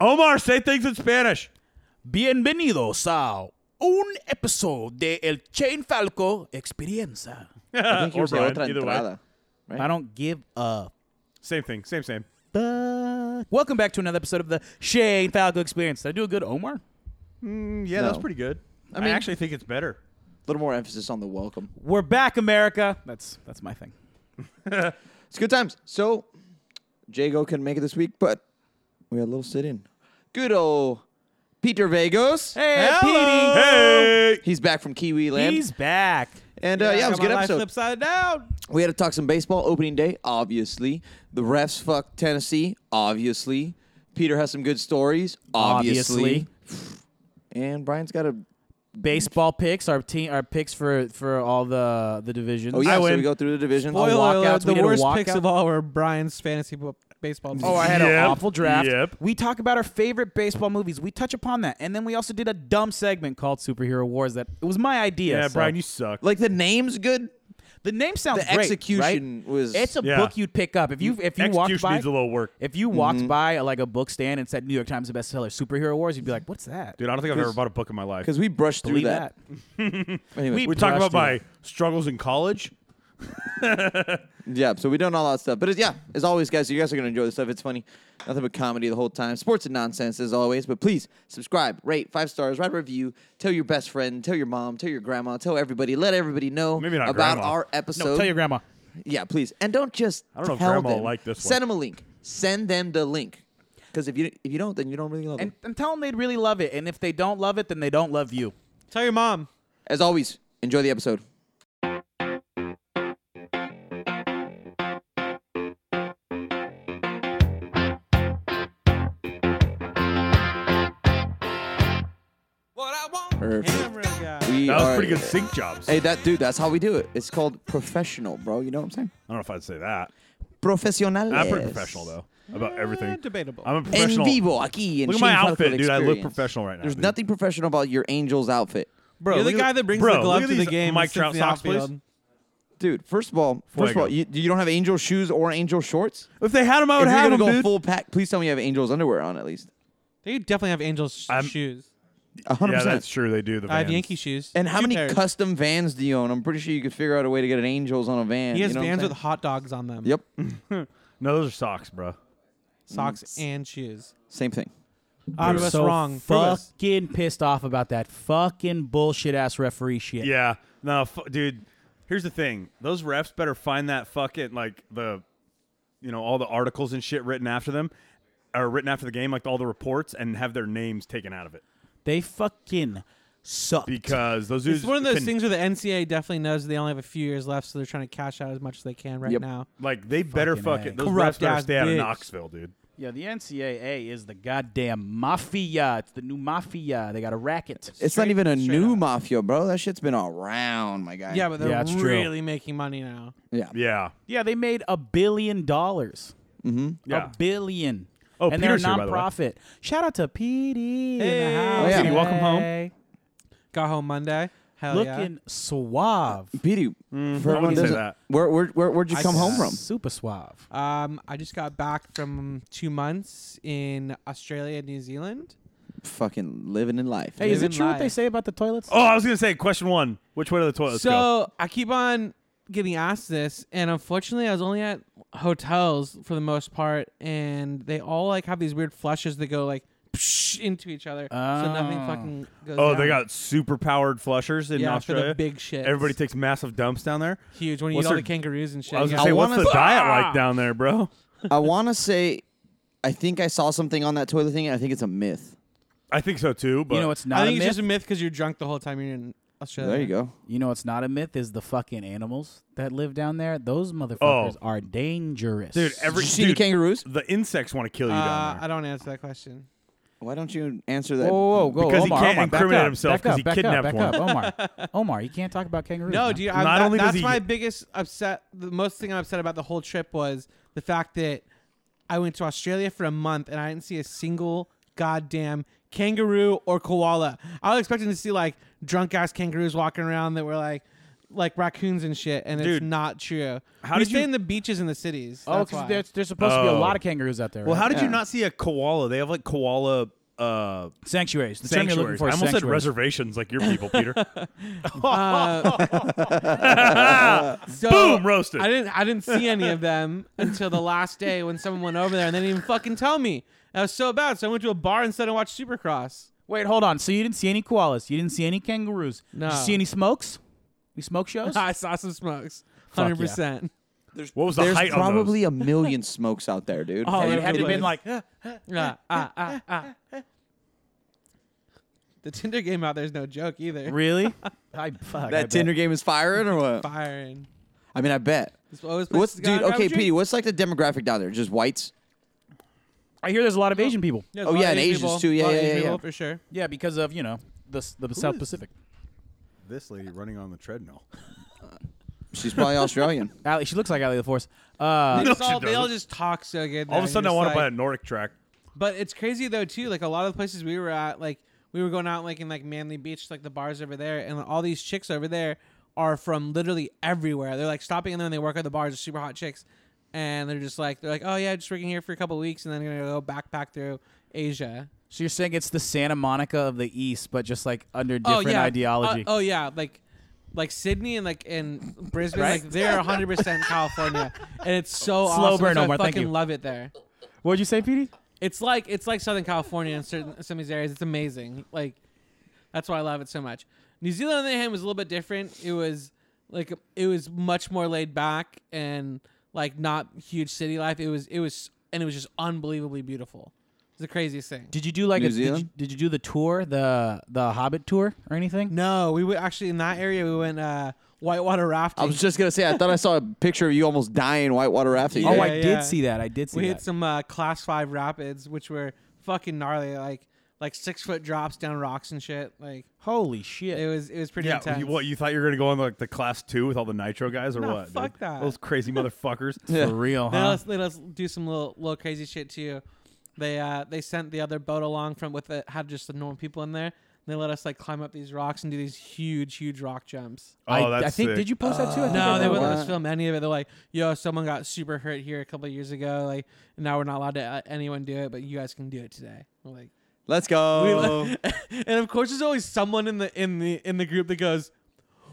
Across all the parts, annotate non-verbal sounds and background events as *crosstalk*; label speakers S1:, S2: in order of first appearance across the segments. S1: Omar, say things in Spanish.
S2: Bienvenidos a un episodio de El Chain Falco Experiencia.
S1: I
S3: think you say otra entrada. Right?
S2: I don't give a
S1: Same thing. Same, same.
S2: fuck. Welcome back to another episode of the Shane Falco Experience. Did I do a good Omar?
S1: Mm, yeah, that's
S3: No.
S1: pretty good. I,
S3: I mean-
S1: actually think it's better.
S3: A little more emphasis on the welcome.
S2: We're back, America. That's that's my thing.
S3: It's good times. So, Jago couldn't make it this week, but we had a little sit in. Good old Peter Vagos.
S2: Hey,
S1: Hello.
S2: Petey.
S1: Hey.
S3: He's back from Kiwi land.
S2: He's back.
S3: and uh, yeah, it was
S2: got
S3: a good
S2: my life
S3: episode.
S2: upside down.
S3: We had to talk some baseball opening day, obviously. The refs fucked Tennessee, obviously. Peter has some good stories, obviously. And Brian's got a.
S2: Baseball picks. Our team. Our picks for for all the the divisions.
S3: Oh, yeah,
S4: I
S3: so
S4: win.
S3: we go through the divisions.
S2: Boy- walkouts.
S4: Spoiler alert,
S2: We
S4: the
S2: did a
S4: worst picks
S2: walkout.
S4: of all were Brian's fantasy bo- baseball.
S2: Oh, I had an
S1: Yep.
S2: awful draft.
S1: Yep.
S2: We talk about our favorite baseball movies. We touch upon that, and then we also did a dumb segment called Superhero Wars. That it was my idea.
S1: Yeah,
S2: so-
S1: Brian, you suck.
S3: like the name's good.
S2: the name sounds
S3: The
S2: great,
S3: execution was.
S2: right? It's a
S1: Yeah.
S2: book you'd pick up if you if you walked
S1: Execution
S2: by.
S1: needs a little work.
S2: if you walked
S3: Mm-hmm.
S2: by like a book stand and said New York Times bestseller Superhero Wars, you'd be like, "What's that?"
S1: Dude, I don't think I've ever bought a book in my life.
S3: because we brushed through
S2: Believe that.
S3: Anyway,
S2: We-
S1: We talk about my
S2: Brushed
S1: struggles in college.
S3: Yeah, so we don't all that stuff. But it's, yeah, as always, guys, you guys are going to enjoy this stuff. It's funny. Nothing but comedy the whole time. Sports and nonsense, as always. But please subscribe, rate, five stars, write a review, tell your best friend, tell your mom, tell your grandma, tell everybody. Let everybody know
S1: Maybe not
S3: about
S1: grandma.
S3: our episode.
S2: No, tell your grandma.
S3: yeah, please. And don't just
S1: I don't know if
S3: tell
S1: grandma
S3: them.
S1: will like this one.
S3: Send them a link. Send them the link. Because if you, if you don't, then you don't really love
S2: And,
S3: them.
S2: and tell them they'd really love it. And if they don't love it, then they don't love you.
S4: Tell your mom.
S3: As always, enjoy the episode.
S4: What I want.
S3: Or-
S4: Camera guy.
S3: We
S1: That was
S3: are-
S1: pretty good sync jobs.
S3: Hey, that dude, that's how we do it. It's called professional, bro. You know what I'm saying?
S1: I don't know if I'd say that.
S3: Profesional.
S1: I'm pretty professional though about
S4: Eh,
S1: everything.
S4: debatable.
S1: I'm a
S3: En
S1: professional.
S3: vivo, aquí. En
S1: Look at my
S3: Shane Falco
S1: outfit, dude. I look
S3: Experience.
S1: professional right now.
S3: There's
S1: dude.
S3: nothing professional about your Angels outfit,
S1: Bro,
S4: You're the
S1: look at-
S4: guy that brings
S1: bro,
S4: the glove
S1: look at
S4: to the
S1: these
S4: game. and
S1: Mike
S4: sits in
S1: Trout
S4: the
S1: socks, please.
S4: outfield.
S3: dude. First of all, first of
S1: Fuego.
S3: all, you, you don't have Angel shoes or Angel shorts.
S1: If they had him, I would
S3: if
S1: have
S3: you're
S1: him,
S3: gonna go
S1: dude.
S3: full pack, please tell me you have Angels underwear on at least.
S4: They definitely have Angels sh-
S1: I'm-
S4: shoes.
S3: A hundred
S1: yeah, that's
S3: percent.
S1: true. They do. The
S4: I have
S1: Vans.
S4: Yankee shoes.
S3: And how
S4: Two
S3: many
S4: pairs.
S3: custom Vans do you own? I'm pretty sure you could figure out a way to get an Angels on a van.
S4: He has
S3: you know what I'm
S4: Vans with
S3: saying?
S4: hot dogs on
S3: *laughs*
S4: them.
S3: Yep,
S1: No, those are socks, bro.
S4: Socks and shoes.
S3: same thing.
S4: Out of
S2: We're
S4: us
S2: so
S4: wrong. Prove us.
S2: Fucking pissed off about that fucking bullshit ass referee shit.
S1: Yeah. No, f- dude. Here's the thing. Those refs better find that fucking like the, you know, all the articles and shit written after them, or written after the game, like all the reports, and have their names taken out of it
S2: They fucking suck.
S1: because those dudes.
S4: It's one of those
S1: can-
S4: things where the NCAA definitely knows they only have a few years left, so they're trying to cash out as much as they can right
S3: Yep.
S4: now.
S1: Like they better
S2: Fucking
S1: fucking
S2: A.
S1: those refs
S4: Corrupt
S1: better
S4: ass
S1: stay out of
S4: bitch.
S1: Knoxville, dude.
S2: yeah, the NCAA is the goddamn mafia. It's the new mafia. They got a racket.
S3: It's not even a new mafia, bro. That shit's been around, my guy.
S4: Yeah, but they're
S2: Yeah, it's true.
S4: really making money now.
S3: yeah.
S1: Yeah.
S2: Yeah, they made a billion dollars.
S3: Mm-hmm.
S1: Yeah.
S2: A billion.
S1: Oh,
S2: and they're a
S1: Peter's here, by the way.
S2: nonprofit. Shout out to PD in
S4: Hey.
S2: the house.
S3: Oh, yeah.
S4: Petey,
S3: welcome
S4: home. Got home Monday. Hell yeah.
S2: Looking suave.
S3: Petey, for
S1: Mm, I wouldn't
S3: everyone
S1: say
S3: doesn't-
S1: that.
S3: Where, where, where, where'd you
S4: I
S3: come home
S4: s-
S3: from?
S2: Super suave.
S4: Um, I just got back from two months in Australia and New Zealand.
S3: Fucking living in life.
S2: Hey, is it
S4: Living
S2: true what they
S4: life.
S2: say about the toilets?
S1: Oh, I was gonna say question one. Which way to the toilet? Let's go.
S4: so I keep on getting asked this, and unfortunately, I was only at hotels for the most part, and they all like have these weird flushes that go like psh into each other, so nothing
S3: Ah.
S2: Oh.
S4: fucking goes.
S1: Oh,
S4: down.
S1: they got super powered flushers in
S4: yeah for
S1: Australia.
S4: the big shit.
S1: Everybody takes massive dumps down there.
S4: huge when you
S1: What's
S4: eat all
S1: their-
S4: the kangaroos and shit.
S1: I was
S4: yeah.
S1: gonna say, what's
S3: wanna-
S1: the diet
S4: *laughs*
S1: like down there, bro?
S3: I want to say, I think I saw something on that toilet thing. and I think it's a myth.
S1: I think so too. But
S2: you know it's not
S4: I
S2: a
S4: think it's
S2: myth?
S4: just a myth because you're drunk the whole time you're in Australia.
S3: There you go.
S2: You know what's not a myth is the fucking animals that live down there. Those motherfuckers
S1: Oh.
S2: are dangerous.
S1: dude, every
S3: Did you see
S1: dude,
S3: the kangaroos?
S1: the insects want to kill you
S4: Uh,
S1: down
S4: I
S1: there
S4: don't answer
S1: *laughs*
S4: that question.
S3: Why don't you answer
S2: Whoa,
S3: that?
S2: whoa, whoa.
S1: Because he
S2: Omar,
S1: can't
S2: Omar, back
S1: incriminate
S2: up,
S1: himself
S2: back
S1: 'cause
S2: up,
S1: he
S2: back
S1: kidnapped
S2: up, back Up, Omar, Omar, you can't talk about kangaroos.
S4: No,
S2: now.
S4: dude. I,
S1: Not
S4: that,
S1: only does
S4: that's
S1: he-
S4: my biggest upset. The most thing I'm upset about the whole trip was the fact that I went to Australia for a month and I didn't see a single goddamn kangaroo or koala. I was expecting to see like drunk ass kangaroos walking around that were like like raccoons and shit, and
S1: Dude,
S4: it's not true.
S1: how
S4: we
S1: did
S4: stay
S1: you-
S4: in the beaches and the cities.
S2: Oh,
S4: that's why.
S2: because there's, there's supposed to be a
S1: Oh.
S2: lot of kangaroos out there.
S1: Well,
S2: right?
S1: how did you
S3: Yeah.
S1: not see a koala? They have like koala uh,
S2: sanctuaries? The term you're
S1: sanctuaries.
S2: looking for
S1: I
S2: is
S1: almost said
S2: sanctuaries.
S1: reservations, like your people, Peter.
S4: So,
S1: Boom, roasted.
S4: I didn't I didn't see any of them *laughs* until the last day when someone went over there and they didn't even fucking tell me. That was so bad. So I went to a bar instead and watched Supercross. *laughs*
S2: Wait, hold on. So you didn't see any koalas? You didn't see any kangaroos?
S4: No.
S2: Did you see any smokes? Any smoke shows?
S4: *laughs* I saw some smokes.
S2: Fuck yeah.
S4: Hundred percent.
S1: What was the
S3: There's
S1: height
S3: *laughs*
S1: on
S3: probably a million smokes out there, dude.
S4: Oh,
S2: you
S4: it
S2: had to
S4: really
S2: been
S1: *laughs*
S4: is.
S2: like,
S4: Yeah. Ah, ah, ah. The Tinder game out there is no joke either.
S2: *laughs*
S4: *laughs*
S2: really? I fuck. I
S3: that
S2: bet.
S3: Tinder game is firing or what?
S4: Firing.
S3: I mean, I bet.
S4: It's always
S3: What's
S4: places to go
S3: dude? Okay,
S4: out and grab a
S3: Petey.
S4: drink.
S3: What's like the demographic down there? Just whites?
S2: I hear there's a lot of Asian people.
S4: There's a
S3: oh,
S4: lot
S3: yeah,
S4: of
S3: and Asians
S4: people.
S3: too. Yeah,
S4: A lot of
S3: yeah,
S4: Asian
S3: yeah, yeah.
S4: people, For sure.
S2: Yeah, because of you know the the South
S1: is-
S2: Pacific.
S1: this? This lady running on the treadmill.
S3: She's probably Australian.
S2: Ally, she looks like Ally the Force. Uh,
S4: They,
S1: No,
S4: just all,
S1: she
S4: they all
S1: doesn't.
S4: just talk so good.
S1: All of a sudden, I want to buy a
S4: it.
S1: Noric track.
S4: But it's crazy though too. Like a lot of the places we were at, like we were going out like in like Manly Beach, like the bars over there, and all these chicks over there are from literally everywhere. They're like stopping and then they work at the bars, they're super hot chicks, and they're just like they're like, oh yeah, just working here for a couple weeks, and then gonna go backpack through Asia.
S2: so you're saying it's the Santa Monica of the East, but just like under different
S4: oh yeah,
S2: ideology.
S4: Uh, oh yeah, like like Sydney and like in Brisbane,
S2: Right?
S4: like they're 100 percent California, and it's so
S2: Slow
S4: awesome.
S2: burn,
S4: so
S2: Omar,
S4: I
S2: thank
S4: fucking
S2: you.
S4: love it there.
S2: What'd you say, Petey?
S4: It's like it's like Southern California in certain some of these areas. It's amazing. Like that's why I love it so much. New Zealand on the other hand was a little bit different. It was like it was much more laid back and like not huge city life. It was it was and it was just unbelievably beautiful. It's the craziest thing.
S2: Did you do like
S3: New
S2: a did you,
S3: Zealand?
S2: did you do the tour the the Hobbit tour or anything?
S4: No, we went actually in that area. We went uh, whitewater rafting.
S3: I was just gonna say. I thought I saw a picture of you almost dying whitewater rafting.
S2: oh,
S4: Yeah,
S2: I
S4: yeah.
S2: did see that. I did see
S4: we
S2: that.
S4: hit some uh, class five rapids, which were fucking gnarly. Like like six foot drops down rocks and shit. Like
S2: Holy
S4: it
S2: shit!
S4: was it was pretty
S1: Yeah,
S4: intense.
S1: you, what you thought you were gonna go on like the class two with all the nitro guys or
S4: No,
S1: what?
S4: fuck
S1: dude?
S4: that.
S1: Those crazy motherfuckers.
S3: Yeah.
S2: For real,
S4: They
S2: huh?
S4: let us, they let us do some little little crazy shit too. They uh, they sent the other boat along from with it had just the normal people in there. And they let us like climb up these rocks and do these huge huge rock jumps.
S1: Oh,
S2: I,
S1: that's
S2: I think
S1: sick.
S2: did you post that too? I think I
S4: No, they
S2: remember
S4: wouldn't
S2: that.
S4: let us film any of it. They're like, "Yo, someone got super hurt here a couple of years ago. Like, and now we're not allowed to let anyone do it, but you guys can do it today." We're like,
S3: Let's
S4: We
S3: go.
S4: le- *laughs* and of course, there's always someone in the in the in the group that goes,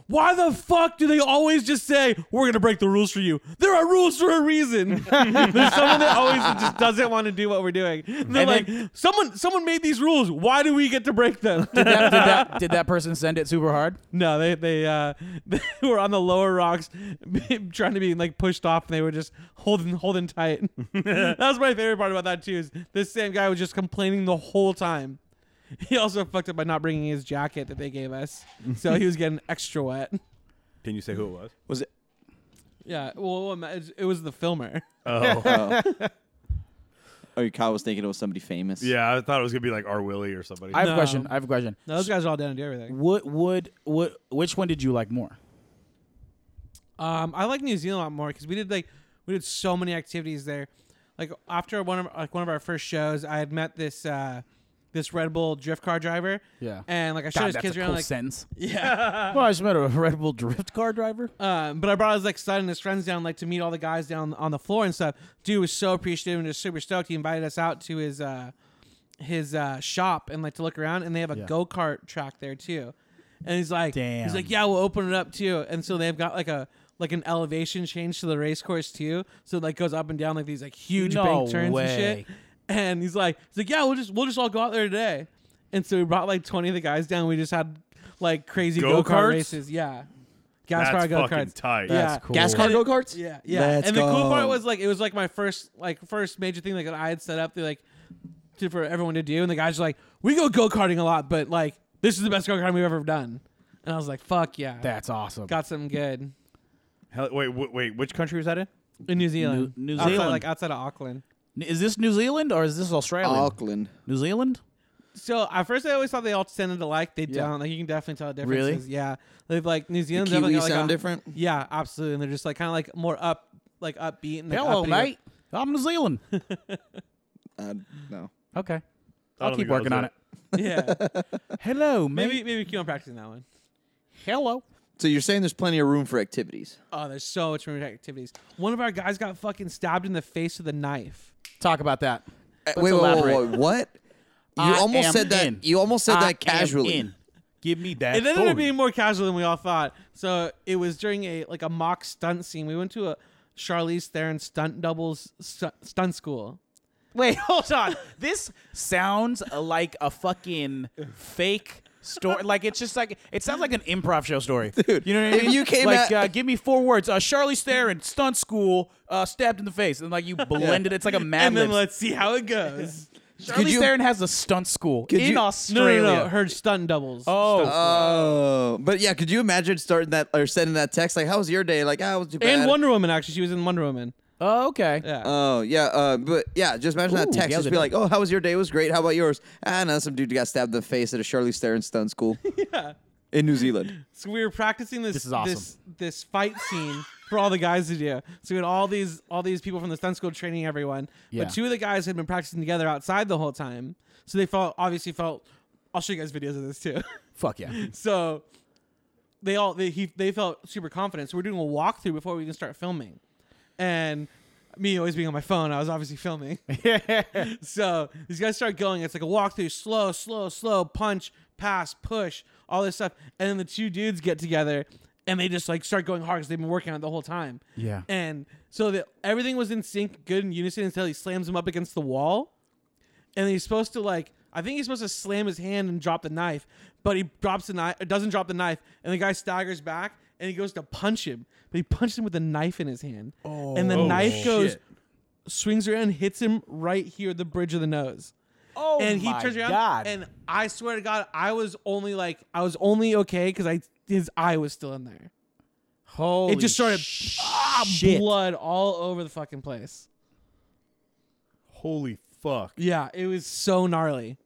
S4: "Why the fuck do they always just say we're gonna break the rules for you? There are rules for a reason." there's someone that always just doesn't want to do what we're doing. And they're
S2: And
S4: like,
S2: then-
S4: "Someone someone made these rules. Why do we get to break them?"
S2: Did that, did that
S4: *laughs*
S2: did that person send it super hard?
S4: no, they they uh, *laughs* they were on the lower rocks *laughs* trying to be like pushed off, and they were just holding holding tight. *laughs* that was my favorite part about that too. Is this same guy was just complaining the whole time. *laughs* He also fucked up by not bringing his jacket that they gave us, so he was getting extra wet.
S1: Can you say who it was?
S3: *laughs* Was it?
S4: *laughs* Yeah, well, it was the filmer.
S1: Oh,
S3: Oh, your Kyle was thinking it was somebody famous.
S1: yeah. I thought it was gonna be like R. Willie or somebody.
S2: I have a
S4: No.
S2: question. I have a question.
S4: No, those guys are all down to do everything.
S2: What would what which one did you like more?
S4: Um, I like New Zealand a lot more because we did like we did so many activities there. Like after one of like one of our first shows, I had met this uh, this Red Bull drift car driver.
S2: Yeah.
S4: and like I showed
S2: God,
S4: his
S2: that's
S4: kids
S2: a
S4: around
S2: cool
S4: like
S2: sentence.
S4: *laughs* yeah.
S2: Well, I just met a Red Bull drift car driver.
S4: um, but I brought his like son and his friends down like to meet all the guys down on the floor and stuff. Dude was so appreciative and just super stoked. He invited us out to his uh, his uh, shop and like to look around and they have a
S2: Yeah.
S4: go kart track there too. And he's like,
S2: Damn.
S4: he's like, yeah, we'll open it up too. And so they've got like a like an elevation change to the race course too. So it like goes up and down like these like huge
S2: No
S4: bank turns
S2: way.
S4: and shit. And he's like, he's like, yeah, we'll just we'll just all go out there today. And so we brought like twenty of the guys down. We just had like crazy go
S1: Go-karts?
S4: kart races. Yeah, gas
S1: That's
S4: car go
S1: fucking
S4: karts.
S1: tight.
S4: Yeah.
S2: That's cool.
S3: Gas car go karts.
S4: Yeah, yeah.
S3: Let's
S4: and the cool part
S3: go.
S4: was like it was like my first like first major thing like that I had set up to like to, for everyone to do, and the guys were like, "We go go karting a lot, but like this is the best go karting we've ever done." And I was like, "Fuck yeah,
S2: That's awesome.
S4: got something good."
S1: Hell, wait, wait, wait. Which country was that in?
S4: In New Zealand,
S2: New
S4: Outside-
S2: Zealand.
S4: like outside of Auckland.
S2: N- Is this New Zealand or is this Australia?
S4: Oh.
S3: Auckland.
S2: New Zealand?
S4: So at first I always thought they all sounded alike. They
S2: Yeah.
S4: don't. Like you can definitely tell the
S2: Really?
S4: differences. Yeah, they've like New Zealand.
S3: Kiwi
S4: like,
S3: sound
S4: a-
S3: different.
S4: Yeah, absolutely. And they're just like kind of like more up, like upbeat and like,
S2: Hello,
S4: uppity.
S2: mate. I'm New
S4: *laughs*
S2: Zealand.
S3: Uh, no.
S2: Okay.
S1: I
S2: I'll
S1: don't
S2: keep
S1: think I
S2: working
S1: was
S2: on it. *laughs*
S4: Yeah,
S2: Hello, mate.
S4: maybe maybe keep on practicing that one.
S2: Hello.
S3: So you're saying there's plenty of room for activities.
S4: Oh, there's so much more activities. One of our guys got fucking stabbed in the face with a knife.
S2: Talk about that.
S3: Uh,
S2: Let's elaborate.
S3: what? You
S2: I
S3: almost
S2: am
S3: said that.
S2: in.
S3: You almost said
S2: I am
S3: that casually.
S2: in. Give me that.
S4: It ended
S2: phone.
S4: up being more casual than we all thought. So it was during a like a mock stunt scene. We went to a Charlize Theron stunt doubles stu- stunt school.
S2: *laughs* Wait, hold on. This sounds like a fucking fake story. Like it's just like it sounds like an improv show story, dude. You know what I
S3: if
S2: mean?
S3: you came
S2: like,
S3: at-
S2: uh, give me four words. Uh, Charlize Theron, stunt school, uh, stabbed in the face, and like you blend it. It's like a Mad
S4: and then
S2: Libs.
S4: let's see how it goes.
S3: Could
S2: Charlize
S3: you-
S2: Theron has a stunt school in
S3: you- No, no, no,
S4: no,
S2: Australia.
S4: no, no, her stunt doubles.
S2: Oh,
S3: Oh, but yeah, could you imagine starting that or sending that text like, "How was your day?" Like, "Ah, it was too bad."
S4: and Wonder Woman actually, she was in Wonder Woman.
S2: oh, okay.
S4: Yeah.
S3: Oh yeah, uh, but yeah, just imagine
S2: Ooh,
S3: that text. Just
S2: yelled
S3: be
S2: at
S3: like, "Oh, how was your day? It was great. How about yours?" Ah, no, some dude got stabbed in the face at a Charlie Theron
S2: *laughs*
S3: stunt school. yeah, in New Zealand.
S4: So we were practicing this
S2: This is awesome.
S4: this, this fight scene for all the guys to do. So we had all these all these people from the stunt school training everyone.
S2: Yeah.
S4: But two of the guys had been practicing together outside the whole time. So they felt obviously felt I'll show you guys videos of this too.
S2: Fuck yeah.
S4: *laughs* so they all they he, they felt super confident. So we're doing a walkthrough before we even start filming. And me always being on my phone, I was obviously filming. so these guys start going. It's like a walkthrough, slow, slow, slow, punch, pass, push, all this stuff. And then the two dudes get together and they just like start going hard because they've been working on it the whole time.
S2: Yeah.
S4: And so the, everything was in sync, good in unison until he slams him up against the wall. And he's supposed to like, I think he's supposed to slam his hand and drop the knife, but he drops the knife, doesn't drop the knife, and the guy staggers back and he goes to punch him, but he punched him with a knife in his hand, oh, and the
S1: Oh,
S4: knife goes
S1: shit.
S4: swings around, hits him right here, the bridge of the nose.
S2: Oh
S4: and he
S2: my
S4: turns around,
S2: God.
S4: and I swear to God, I was only like, I was only okay because I his eye was still in there.
S2: Holy
S4: it just started ah,
S2: shit.
S4: blood all over the fucking place.
S1: Holy fuck.
S4: Yeah, it was so gnarly.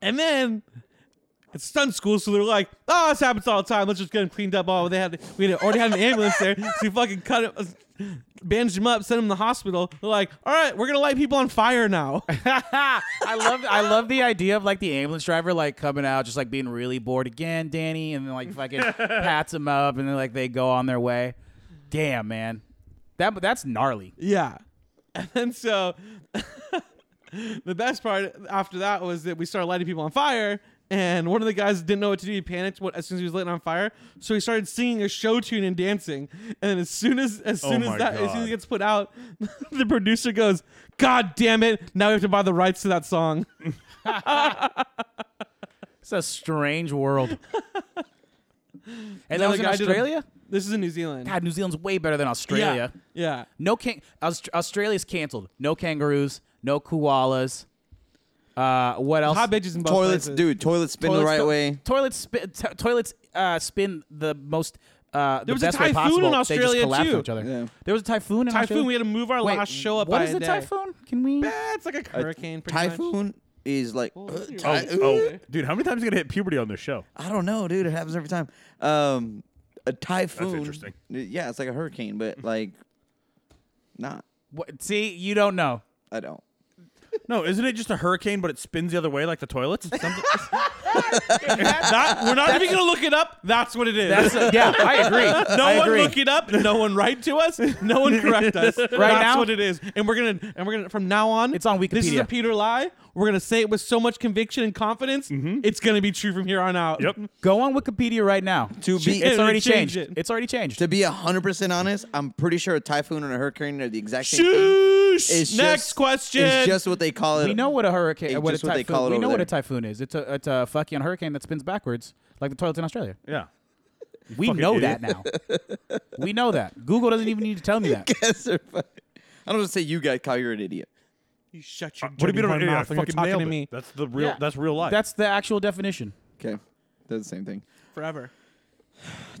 S4: And then it's stunt school, so they're like, "Oh, this happens all the time. Let's just get him cleaned up." All they had, we had already had an ambulance there, so we fucking cut him, bandaged him up, sent him to the hospital. They're like, "All right, we're gonna light people on fire now."
S2: I love I love the idea of like the ambulance driver like coming out just like being really bored again, Danny, and then like fucking
S4: *laughs*
S2: pats him up and then like they go on their way. Damn, man. That that's gnarly.
S4: Yeah. *laughs* And then so *laughs* the best part after that was that we started lighting people on fire. And one of the guys didn't know what to do. He panicked what, as soon as he was lit on fire. So he started singing a show tune and dancing. And then as soon as as
S1: Oh
S4: soon as
S1: my
S4: that as soon as
S1: God.
S4: it gets put out, *laughs* the producer goes, "God damn it! Now we have to buy the rights to that song." *laughs*
S2: It's a strange world. and
S4: Another
S2: that was in
S4: guy did a-
S2: Australia?
S4: This is in New Zealand.
S2: God, New Zealand's way better than Australia.
S4: Yeah.
S2: No can Aust- Australia's canceled. No kangaroos, no koalas. Uh, what
S4: yeah.
S2: else?
S4: Hot bitches in both
S3: Toilets,
S4: places.
S3: dude. Toilets spin the
S2: Toilets
S3: right
S2: go-
S3: way.
S2: Toilets spin. T- toilets uh, spin the most. Uh, the
S4: was a
S2: best way
S4: typhoon
S2: possible.
S4: in
S2: they
S4: Australia,
S2: just collapse
S4: too.
S2: on each other.
S3: Yeah.
S2: There was a typhoon in
S4: Typhoon.
S2: Australia.
S4: We had to move our
S2: Wait,
S4: last show up.
S2: What
S4: by
S2: is
S4: a
S2: the
S4: day.
S2: typhoon? Can we?
S4: Eh, it's like a hurricane. pretty much.
S3: Typhoon is like. uh,
S1: Oh, oh, dude, how many times are you gonna hit puberty on this show?
S3: I don't know, dude. It happens every time. Um, a typhoon.
S1: interesting.
S3: Yeah, it's like a hurricane, but like, not.
S2: What, see, you don't know.
S3: I don't.
S1: No, isn't it just a hurricane, but it spins the other way like the toilets?
S3: *laughs*
S1: That- we're not even gonna look it up.
S4: That's what it is.
S2: That's yeah, I *laughs* agree.
S4: *laughs* No
S2: I
S4: one
S2: agree.
S4: look it up. No one write to us. No one correct
S2: *laughs*
S4: us. right That's
S2: now?
S4: what it is. And we're gonna and we're gonna from now on.
S2: It's on
S4: This is a
S2: Wikipedia.
S4: Peter lie. We're gonna say it with so much conviction and confidence.
S2: Mm-hmm.
S4: It's gonna be true from here on out.
S1: Yep.
S2: Go on Wikipedia right now.
S3: To
S2: She-
S3: be-
S2: it's already
S4: Change
S2: changed.
S4: it.
S2: It's already changed.
S3: To be hundred percent honest, I'm pretty sure a typhoon and a hurricane are the exact same. thing. It's
S4: Shoosh. Next
S3: just-
S4: question.
S3: It's just what they call it. *laughs*
S2: we know what a hurricane.
S3: It's
S2: What a
S3: just what
S2: typhoon.
S3: they call it
S2: we know
S3: over
S2: what a
S3: there.
S2: typhoon is. It's a it's a fucking hurricane that spins backwards, like the toilets in Australia.
S1: Yeah.
S2: We
S1: Fucking
S2: know
S1: idiot.
S2: that now. we know that. Google doesn't even need to
S4: *laughs*
S2: tell me that.
S3: Yes, sir. I don't just say you guys, Kyle. You're an idiot.
S4: you shut
S2: Uh,
S1: What
S4: your
S1: do you mean?
S4: dirty
S1: Yeah,
S4: mouth
S1: I
S4: when you're
S1: fucking
S4: talking
S1: nailed
S4: to
S1: it.
S4: me
S1: That's the real.
S2: Yeah.
S1: That's real life.
S2: That's the actual definition.
S3: Okay, that's the same thing,
S4: forever.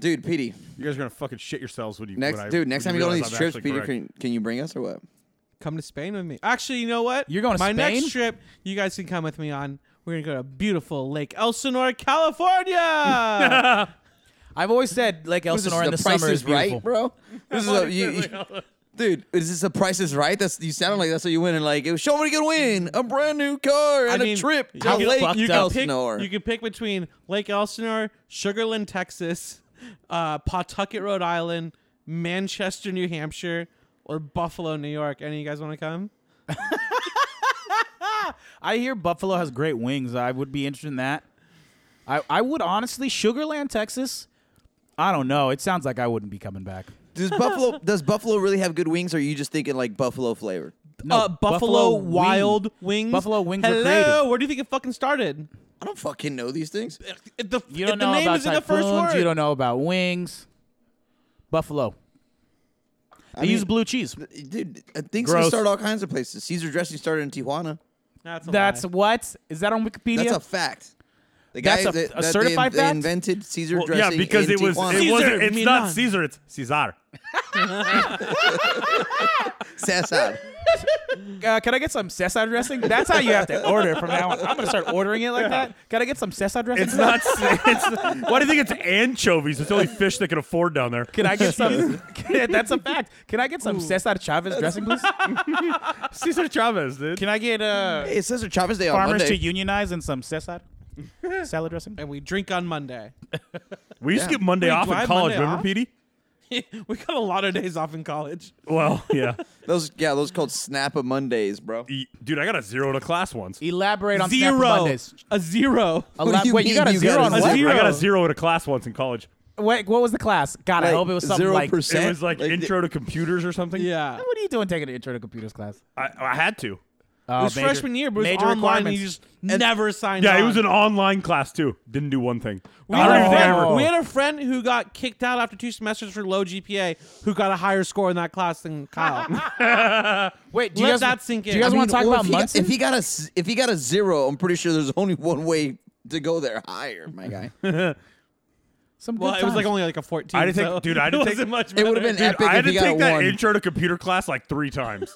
S3: dude. Petey,
S1: you guys are gonna fucking shit yourselves when you.
S3: next,
S1: when I-
S3: dude, next
S1: when
S3: time you go on
S1: realize
S3: these
S1: I'm
S3: trips,
S1: actually
S3: Petey,
S1: correct.
S3: can, can you bring us or what?
S4: Come to Spain with me. Actually, you know what?
S2: You're going to
S4: My
S2: Spain?
S4: next trip, you guys can come with me on. We're gonna go to beautiful Lake Elsinore,
S2: *laughs*
S4: California.
S2: I've always said Lake
S3: This is
S2: Elsinore in the,
S3: Price
S2: summer
S3: is
S2: is beautiful.
S3: right, bro. This is a, you, you- dude. Is this a Price is Right? That's you sounded like that's what you win. And like, it was somebody could win a brand new car and a trip
S4: you
S3: to
S4: can-
S3: Lake
S4: you can pick-
S3: Elsinore.
S4: You can pick between Lake Elsinore, Sugarland, Texas, uh, Pawtucket, Rhode Island, Manchester, New Hampshire, or Buffalo, New York. Any of you guys want to come?
S2: I hear Buffalo has great wings. I would be interested in that. I, I would honestly Sugarland, Texas. I don't know. It sounds like I wouldn't be coming back. *laughs*
S3: Does Buffalo does Buffalo really have good wings, or are you just thinking like Buffalo flavor?
S2: No,
S4: uh, Buffalo,
S2: wing-
S4: Wild Wings.
S2: Buffalo Wings were
S4: Hello,
S2: created.
S4: where do you think it fucking started?
S3: I don't fucking know these things.
S4: It- the,
S2: You don't
S4: the
S2: know
S4: name
S2: about
S4: is in the first
S2: typhoons.
S4: word.
S2: You don't know about wings. Buffalo. They
S3: mean-
S2: use blue cheese.
S3: Dude, uh, things
S2: Gross.
S3: can start all kinds of places. Caesar dressing started in Tijuana.
S4: That's a
S2: That's
S4: lie.
S2: what is that on Wikipedia?
S3: That's a fact. The
S2: That's
S3: guy
S2: a-
S3: that,
S2: a
S3: that they
S2: certified
S3: in- they
S2: fact?
S3: invented Caesar
S1: Well, yeah,
S3: dressing.
S1: because
S3: in
S1: it was
S3: Tijuana.
S1: it
S4: Caesar,
S1: wasn't. It's not
S4: Milan.
S1: Caesar. It's Caesar.
S2: *laughs*
S3: Sassad.
S2: uh, can I get some Cesar dressing? That's how you have to order from now on. I'm gonna start ordering it like that. Can I get some Cesar dressing?
S1: It's
S4: *laughs*
S1: not. It's, why do you think it's anchovies? It's the only fish they can afford down there.
S2: Can I get some? Can- *laughs* that's a fact. Can I get some Cesar Chavez dressing, please?
S1: Caesar Chavez, dude.
S2: Can I get uh,
S3: Hey, it's Cesar Chavez Day on
S2: farmers
S3: Monday.
S2: to unionize and some Cesar *laughs* salad dressing?
S4: and we drink on Monday. *laughs*
S1: we used to
S3: Yeah.
S1: get Monday
S4: Wait,
S1: off
S4: do I
S1: in
S4: have
S1: college.
S4: Monday
S1: remember,
S4: off?
S1: Petey?
S4: we got a lot of days off in college. *laughs*
S1: Well, yeah,
S3: Those yeah, those called Snap a Mondays, bro.
S1: E- dude. I got a zero to class once.
S2: Elaborate on Snap
S4: Zero.
S2: Mondays.
S4: A zero.
S2: Elab-
S3: do you
S2: wait, you
S3: mean
S2: got a
S3: you
S2: zero
S3: got
S2: on
S3: a
S2: what?
S3: zero?
S1: I got a zero at a class once in college.
S2: Wait, what was the class? God, I hope it was something
S3: zero
S2: like.
S3: percent.
S1: It was like, intro to computers or something.
S4: *laughs* Yeah.
S2: *laughs* What are you doing taking an intro to computers class?
S1: I, I had to.
S2: Oh,
S1: Uh,
S4: It was
S2: major-
S4: freshman year, but it was
S2: major
S4: online and
S2: requirements.
S4: you just never signed
S1: Yeah,
S4: on.
S1: it was an online class too. Didn't do one thing.
S4: we
S1: I
S4: had,
S1: don't
S4: a
S1: think I ever-
S4: friend, we had a friend who got kicked out after two semesters for low GPA who got a higher score in that class than Kyle.
S2: Wait, do you
S4: Let
S2: guys,
S4: that sink
S2: Do
S4: in.
S2: you
S4: I
S2: guys
S4: mean,
S2: want to talk
S3: Or
S2: about
S3: if he, got,
S2: Munson?
S3: if he got a s- if he got a zero, I'm pretty sure there's only one way to go there higher, my guy.
S2: *laughs* Some good
S4: well, it was like
S2: times.
S4: only like a 14.
S1: I didn't take-
S4: so
S1: dude, I
S4: *laughs* it
S1: didn't take-
S4: wasn't much
S3: It would have
S4: better.
S3: been
S1: Dude,
S3: epic
S1: I had
S3: if
S1: to
S3: he got
S1: take
S3: a
S1: that
S3: one.
S1: intro to computer class like three times,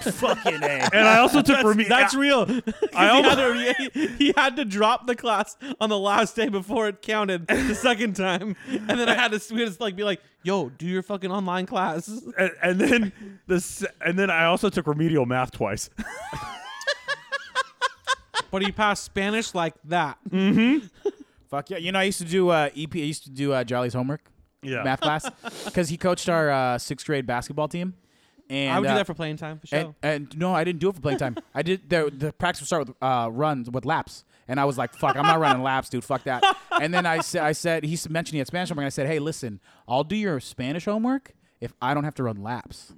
S2: fucking a.
S1: and I also took remedial.
S4: *laughs* That's real. 'Cause
S1: *laughs* I
S4: he, had
S1: almost-
S4: to, he, he had to drop the class on the last day before it counted the second time, and then I had to we had to like be like, "Yo, do your fucking online class."
S1: and, and then this, and then I also took remedial math twice.
S4: But he passed Spanish like that.
S1: Mm,
S2: Fuck yeah! You know, I used to do uh, EP. I used to do uh, Jolly's homework.
S1: Yeah.
S2: Math *laughs* class because he coached our uh, sixth grade basketball team. And
S4: I would
S2: uh,
S4: do that for playing time for sure.
S2: and, and no, I didn't do it for playing time.
S4: *laughs*
S2: I did the, the practice would start with uh, runs with laps, and I was like, "Fuck, I'm not running laps, dude. Fuck that." And then I said, "I said he s- mentioned he had Spanish homework." And I said, "Hey, listen, I'll do your Spanish homework if I don't have to run laps."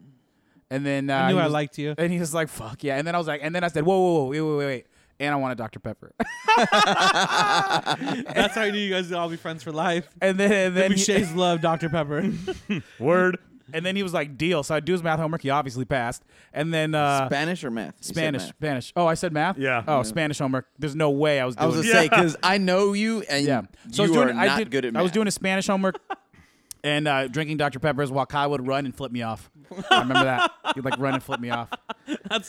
S2: And then uh,
S4: knew
S2: he
S4: I
S2: was-
S4: liked
S1: *laughs*
S4: you.
S2: and he was like, "Fuck yeah!" And then I was like, and then I said, "Whoa, whoa, whoa, wait, wait, wait, wait." And I want a Dr. Pepper. *laughs*
S4: That's how I knew you guys would all be friends for life.
S2: and then and then
S4: And
S2: he-
S4: Shays love Dr. Pepper.
S2: *laughs*
S4: *laughs*
S1: Word.
S2: And then he was like, "Deal." So I do his math homework. He obviously passed. And then uh,
S3: Spanish or math? You said
S2: Spanish,
S3: math.
S2: Spanish. Oh, I said math.
S1: Yeah.
S2: Oh,
S1: Yeah.
S2: Spanish homework. There's no way I was
S3: I
S2: doing.
S3: was gonna
S2: it.
S3: say because I know you and
S2: yeah. So
S3: you
S2: I was doing.
S3: are
S2: I
S3: not
S2: did-
S3: good at math.
S2: I was doing a Spanish homework.
S3: *laughs*
S2: And uh, drinking Dr. Peppers while Kyle would run and flip me off. I remember that. He'd like run and flip me off.
S4: That's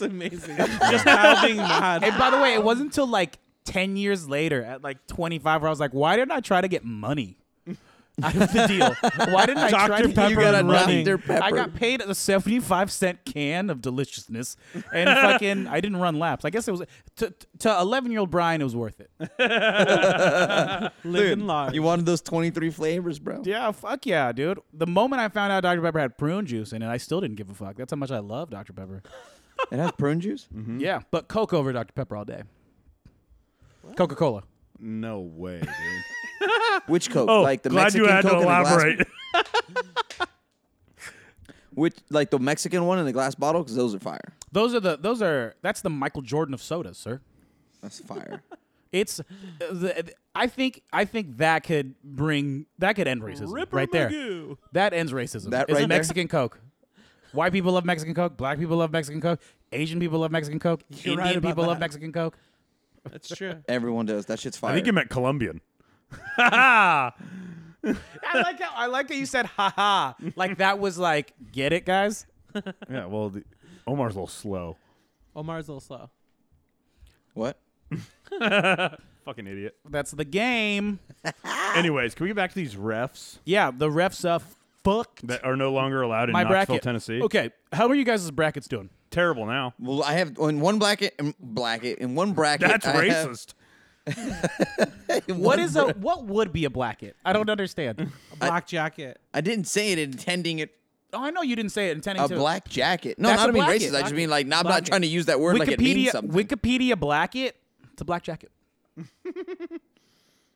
S2: *laughs*
S4: amazing. Just now being mad.
S2: And by the way, it wasn't until like 10 years later, at like 25, where I was like, why didn't I try to get money *laughs* out of the deal? Why didn't I try to
S1: Dr.
S2: get
S1: Pepper
S3: You got a
S1: running.
S3: Dr. Pepper.
S2: I got paid a 75 cent can of deliciousness and
S3: *laughs*
S2: fucking I didn't run laps. I guess it was to to 11 year old Brian it was worth it.
S4: Living large.
S3: You wanted those 23 flavors, bro.
S2: Yeah, fuck yeah, dude. The moment I found out Dr Pepper had prune juice in it, I still didn't give a fuck. That's how much I love Dr Pepper.
S3: It has prune juice.
S4: Mm-hmm.
S2: Yeah, but Coke over Dr Pepper all day. Coca Cola.
S1: No way, dude.
S3: Which Coke?
S1: Oh,
S3: like the
S1: glad
S3: Mexican
S1: you had
S3: Coke
S1: to
S3: in the glass-
S1: elaborate.
S3: Which like the Mexican one in the glass bottle? Because those are fire.
S2: Those are the those are that's the Michael Jordan of sodas, sir.
S3: That's
S2: *laughs*
S3: fire.
S2: It's uh, the, I think I think that could bring that could end racism
S4: Ripper
S2: right there.
S4: Magoo.
S2: That ends racism.
S3: That
S2: It's
S3: right there?
S2: Mexican Coke. White people love Mexican Coke. Black people love Mexican Coke. Asian people love Mexican Coke.
S4: You're
S2: Indian
S4: right about
S2: people love
S4: that.
S2: Mexican Coke.
S4: That's true.
S3: Everyone does. That shit's fire.
S1: I think you meant
S4: *laughs*
S1: Colombian. Ha ha.
S2: I like how I like how you said ha ha. Like that was like get it, guys.
S1: Yeah. Well, the, Omar's a little slow.
S4: Omar's a little slow.
S3: what?
S1: Fucking idiot.
S2: That's the game.
S1: Anyways, can we get back to these refs
S2: Yeah, the refs uh fucked
S1: that are no longer allowed in
S2: my
S1: Knoxville,
S2: bracket.
S1: Tennessee?
S2: Okay, how are you guys' brackets doing?
S1: Terrible now.
S3: Well, I have in one bracket, in bracket in one
S1: *laughs*
S3: bracket.
S1: That's
S3: I have-
S1: racist.
S2: What is
S3: *laughs*
S2: a what would be a blacket? I don't understand.
S4: A black jacket.
S3: I didn't say it intending it
S2: Oh, I know you didn't say it intending
S3: a
S2: to.
S3: black jacket. No,
S2: That's
S3: not
S2: a
S3: to be
S2: blacket.
S3: racist. I just
S2: Blacket.
S3: mean like I'm not
S2: Blacket.
S3: trying to use that word like it means
S2: Wikipedia
S3: something.
S2: Wikipedia blacket. It's a black jacket.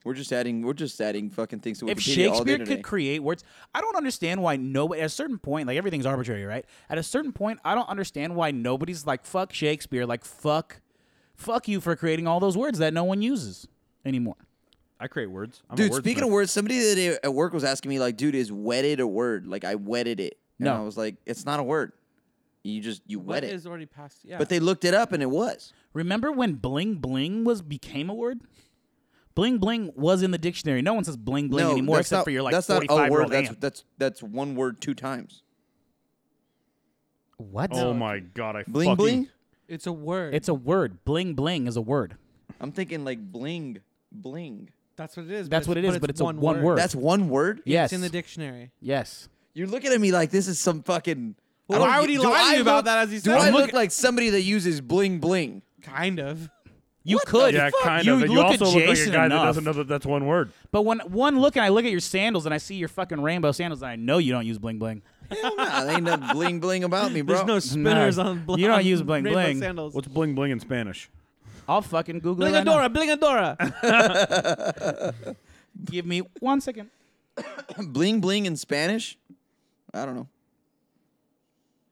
S3: we're just adding we're just adding fucking things to Wikipedia
S2: if
S3: all day
S2: Shakespeare
S3: today.
S2: could create words, I don't understand why nobody. At a certain point, like everything's arbitrary, right? At a certain point, I don't understand why nobody's like fuck Shakespeare, like fuck, fuck you for creating all those words that no one uses anymore.
S1: I create words. I'm a
S3: Dude, speaking
S1: wordsmith.
S3: of words, somebody the other day at work was asking me like, "Dude, is wedded a word?" Like I wedded it, and
S2: No.
S3: I was like, "It's not a word. You just you
S4: What
S3: wet it."
S4: is already past? Yeah.
S3: But they looked it up and it was.
S2: Remember when bling bling was became a word? Bling bling was in the dictionary. No one says bling bling
S3: no,
S2: anymore
S3: that's
S2: except
S3: not,
S2: for your like
S3: that's
S2: forty
S3: not a
S2: five year
S3: word.
S2: old
S3: That's
S2: aunt.
S3: that's that's one word two times.
S2: What?
S1: Oh my god, I
S3: Bling
S1: fucking
S3: bling.
S4: it's a word.
S2: It's a word. Bling bling is a word.
S3: I'm thinking like bling bling.
S4: that's what it is.
S2: That's what it is, but it's a one word.
S3: That's one word.
S2: Yes.
S4: It's in the dictionary.
S2: yes.
S3: You're looking at me like this is some fucking. I
S4: Well,
S3: don't-
S4: why would he
S3: do
S4: lie to
S3: I
S4: you about
S3: look-
S4: that as he
S3: Do
S4: said
S3: I
S4: it?
S3: look like somebody that uses bling bling?
S2: *laughs*
S4: Kind of.
S2: You could.
S1: Yeah, kind
S2: you
S1: of.
S2: Look
S1: and you also
S2: at
S1: look like
S2: Jason
S1: a guy
S2: enough.
S1: that doesn't know that that's one word.
S2: But when one look and I look at your sandals and I see your fucking rainbow sandals and I know you don't use bling bling.
S3: Hell nah, there ain't nothing *laughs* bling bling about me, bro.
S4: There's no spinners
S2: No.
S4: on. Bl-
S2: You don't
S4: on
S2: use bling
S4: rainbow
S2: bling.
S4: Sandals.
S1: What's bling bling in Spanish?
S2: I'll fucking Google it. right now.
S4: Blingadora, Blingadora.
S2: *laughs* Give me one second.
S3: *laughs* bling bling in Spanish. I don't know.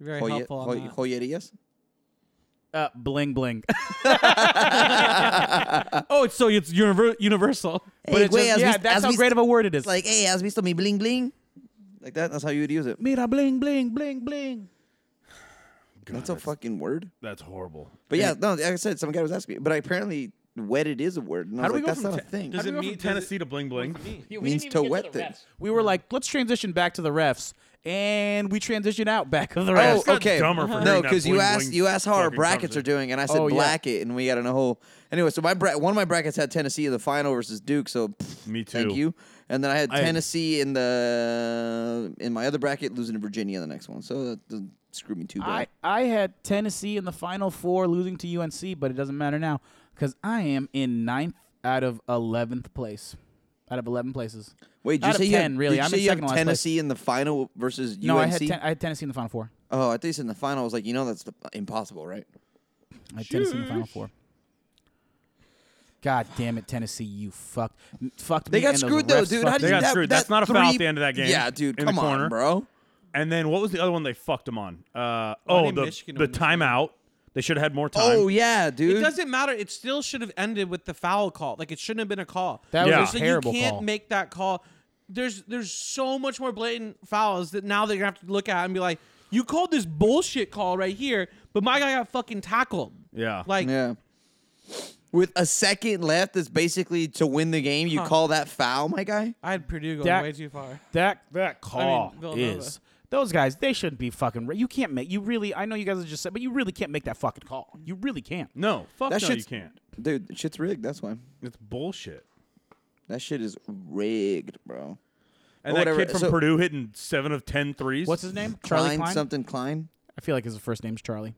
S4: Very
S3: Joye-
S4: helpful. on
S3: joy-
S4: that.
S3: joyerías?
S2: Uh, bling
S3: *laughs*
S2: bling.
S4: Oh, it's so it's univer- universal.
S2: but it's
S3: güey,
S2: just,
S3: has
S2: yeah,
S3: vis- has
S2: that's how
S3: vis-
S2: great of a word it is.
S3: It's like, hey, has visto mi bling bling? Like that. That's how you would use it.
S2: Mira bling bling bling bling.
S3: that's a fucking word.
S1: That's horrible.
S3: But yeah, no, like I said, some guy was asking me, but apparently, wedded is a word. And I
S1: How
S3: was
S1: do we
S3: like,
S1: go
S3: that's
S1: from
S3: not a
S1: te-
S3: thing.
S1: Does
S4: do
S1: it
S4: we go
S1: mean
S4: from- does it-
S1: Tennessee to bling bling?
S2: We
S3: Means to wet things.
S2: We were like, let's transition back to the refs, and we transitioned out back of the refs.
S3: Oh,
S1: It's not
S3: okay.
S1: dumber for doing
S3: no,
S1: that
S3: because you
S1: bling
S3: asked
S1: bling
S3: you asked how our
S1: fucking
S3: brackets are
S1: conversation.
S3: doing, and I said
S2: Uh-huh. Oh, yeah.
S3: black it, and we got in a whole. Anyway, so my bra- one of my brackets had Tennessee in the final versus Duke, so pff,
S1: Me
S3: Thank
S1: too.
S3: you. And then I had
S1: I-
S3: Tennessee in the in my other bracket, losing to Virginia the next one. So that doesn't screw me too
S2: I,
S3: bad.
S2: I had Tennessee in the final four, losing to UNC, but it doesn't matter now because I am in ninth out of eleventh place, out of eleven places.
S3: Wait, did you
S2: out of
S3: say you
S2: 10,
S3: had,
S2: really.
S3: Did you
S2: I'm
S3: say
S2: in
S3: you have
S2: second last place.
S3: Tennessee in the final versus
S2: No, I
S3: UNC?
S2: had ten, I had Tennessee in the final four.
S3: oh, I thought you said in the final. I was like, you know, that's impossible, right?
S2: I had Tennessee in the final four. God damn it, Tennessee! You fucked, m- fucked
S3: They
S2: me.
S3: got
S2: and those
S3: screwed though,
S2: refs
S3: dude.
S2: fucked
S3: How do
S1: They
S2: me.
S3: you
S1: got
S3: that,
S1: screwed.
S3: that
S1: That's not a foul at
S3: three-
S1: the end of that game.
S3: Yeah, dude.
S1: In the
S3: come
S1: corner.
S3: on, bro.
S1: And then what was the other one they fucked him on? Uh,
S4: I
S1: oh,
S4: think
S1: the,
S4: Michigan
S1: the
S4: won this one.
S1: timeout. They should have had more time.
S3: Oh yeah, dude.
S4: It doesn't matter. It still should have ended with the foul call. Like it shouldn't have been a call.
S2: That
S1: Yeah.
S2: was
S1: So
S2: a
S4: so
S2: terrible
S4: you can't
S2: call.
S4: make that call. There's there's so much more blatant fouls that now they're gonna have to look at and be like, you called this bullshit call right here, but my guy got fucking tackled.
S1: Yeah.
S4: Like
S3: Yeah. With a second left, that's basically to win the game. You call that foul, my guy?
S4: I had Purdue going
S2: That-
S4: way too far.
S2: That that
S4: call
S2: call
S4: Villanova.
S2: is those guys. They shouldn't be fucking. Re- you can't make. You really. I know you guys are just said, but you really can't make that fucking call. You really can't.
S1: no, fuck
S3: That
S1: no, you
S3: shit's-
S1: can't.
S3: Dude, shit's rigged. That's why.
S1: It's bullshit.
S3: That shit is rigged, bro.
S1: And
S3: Or
S1: that
S3: whatever,
S1: kid from
S3: so-
S1: Purdue hitting seven of ten threes.
S2: What's his name? Charlie
S3: Klein,
S2: Klein.
S3: something Klein.
S2: I feel like his first name's Charlie.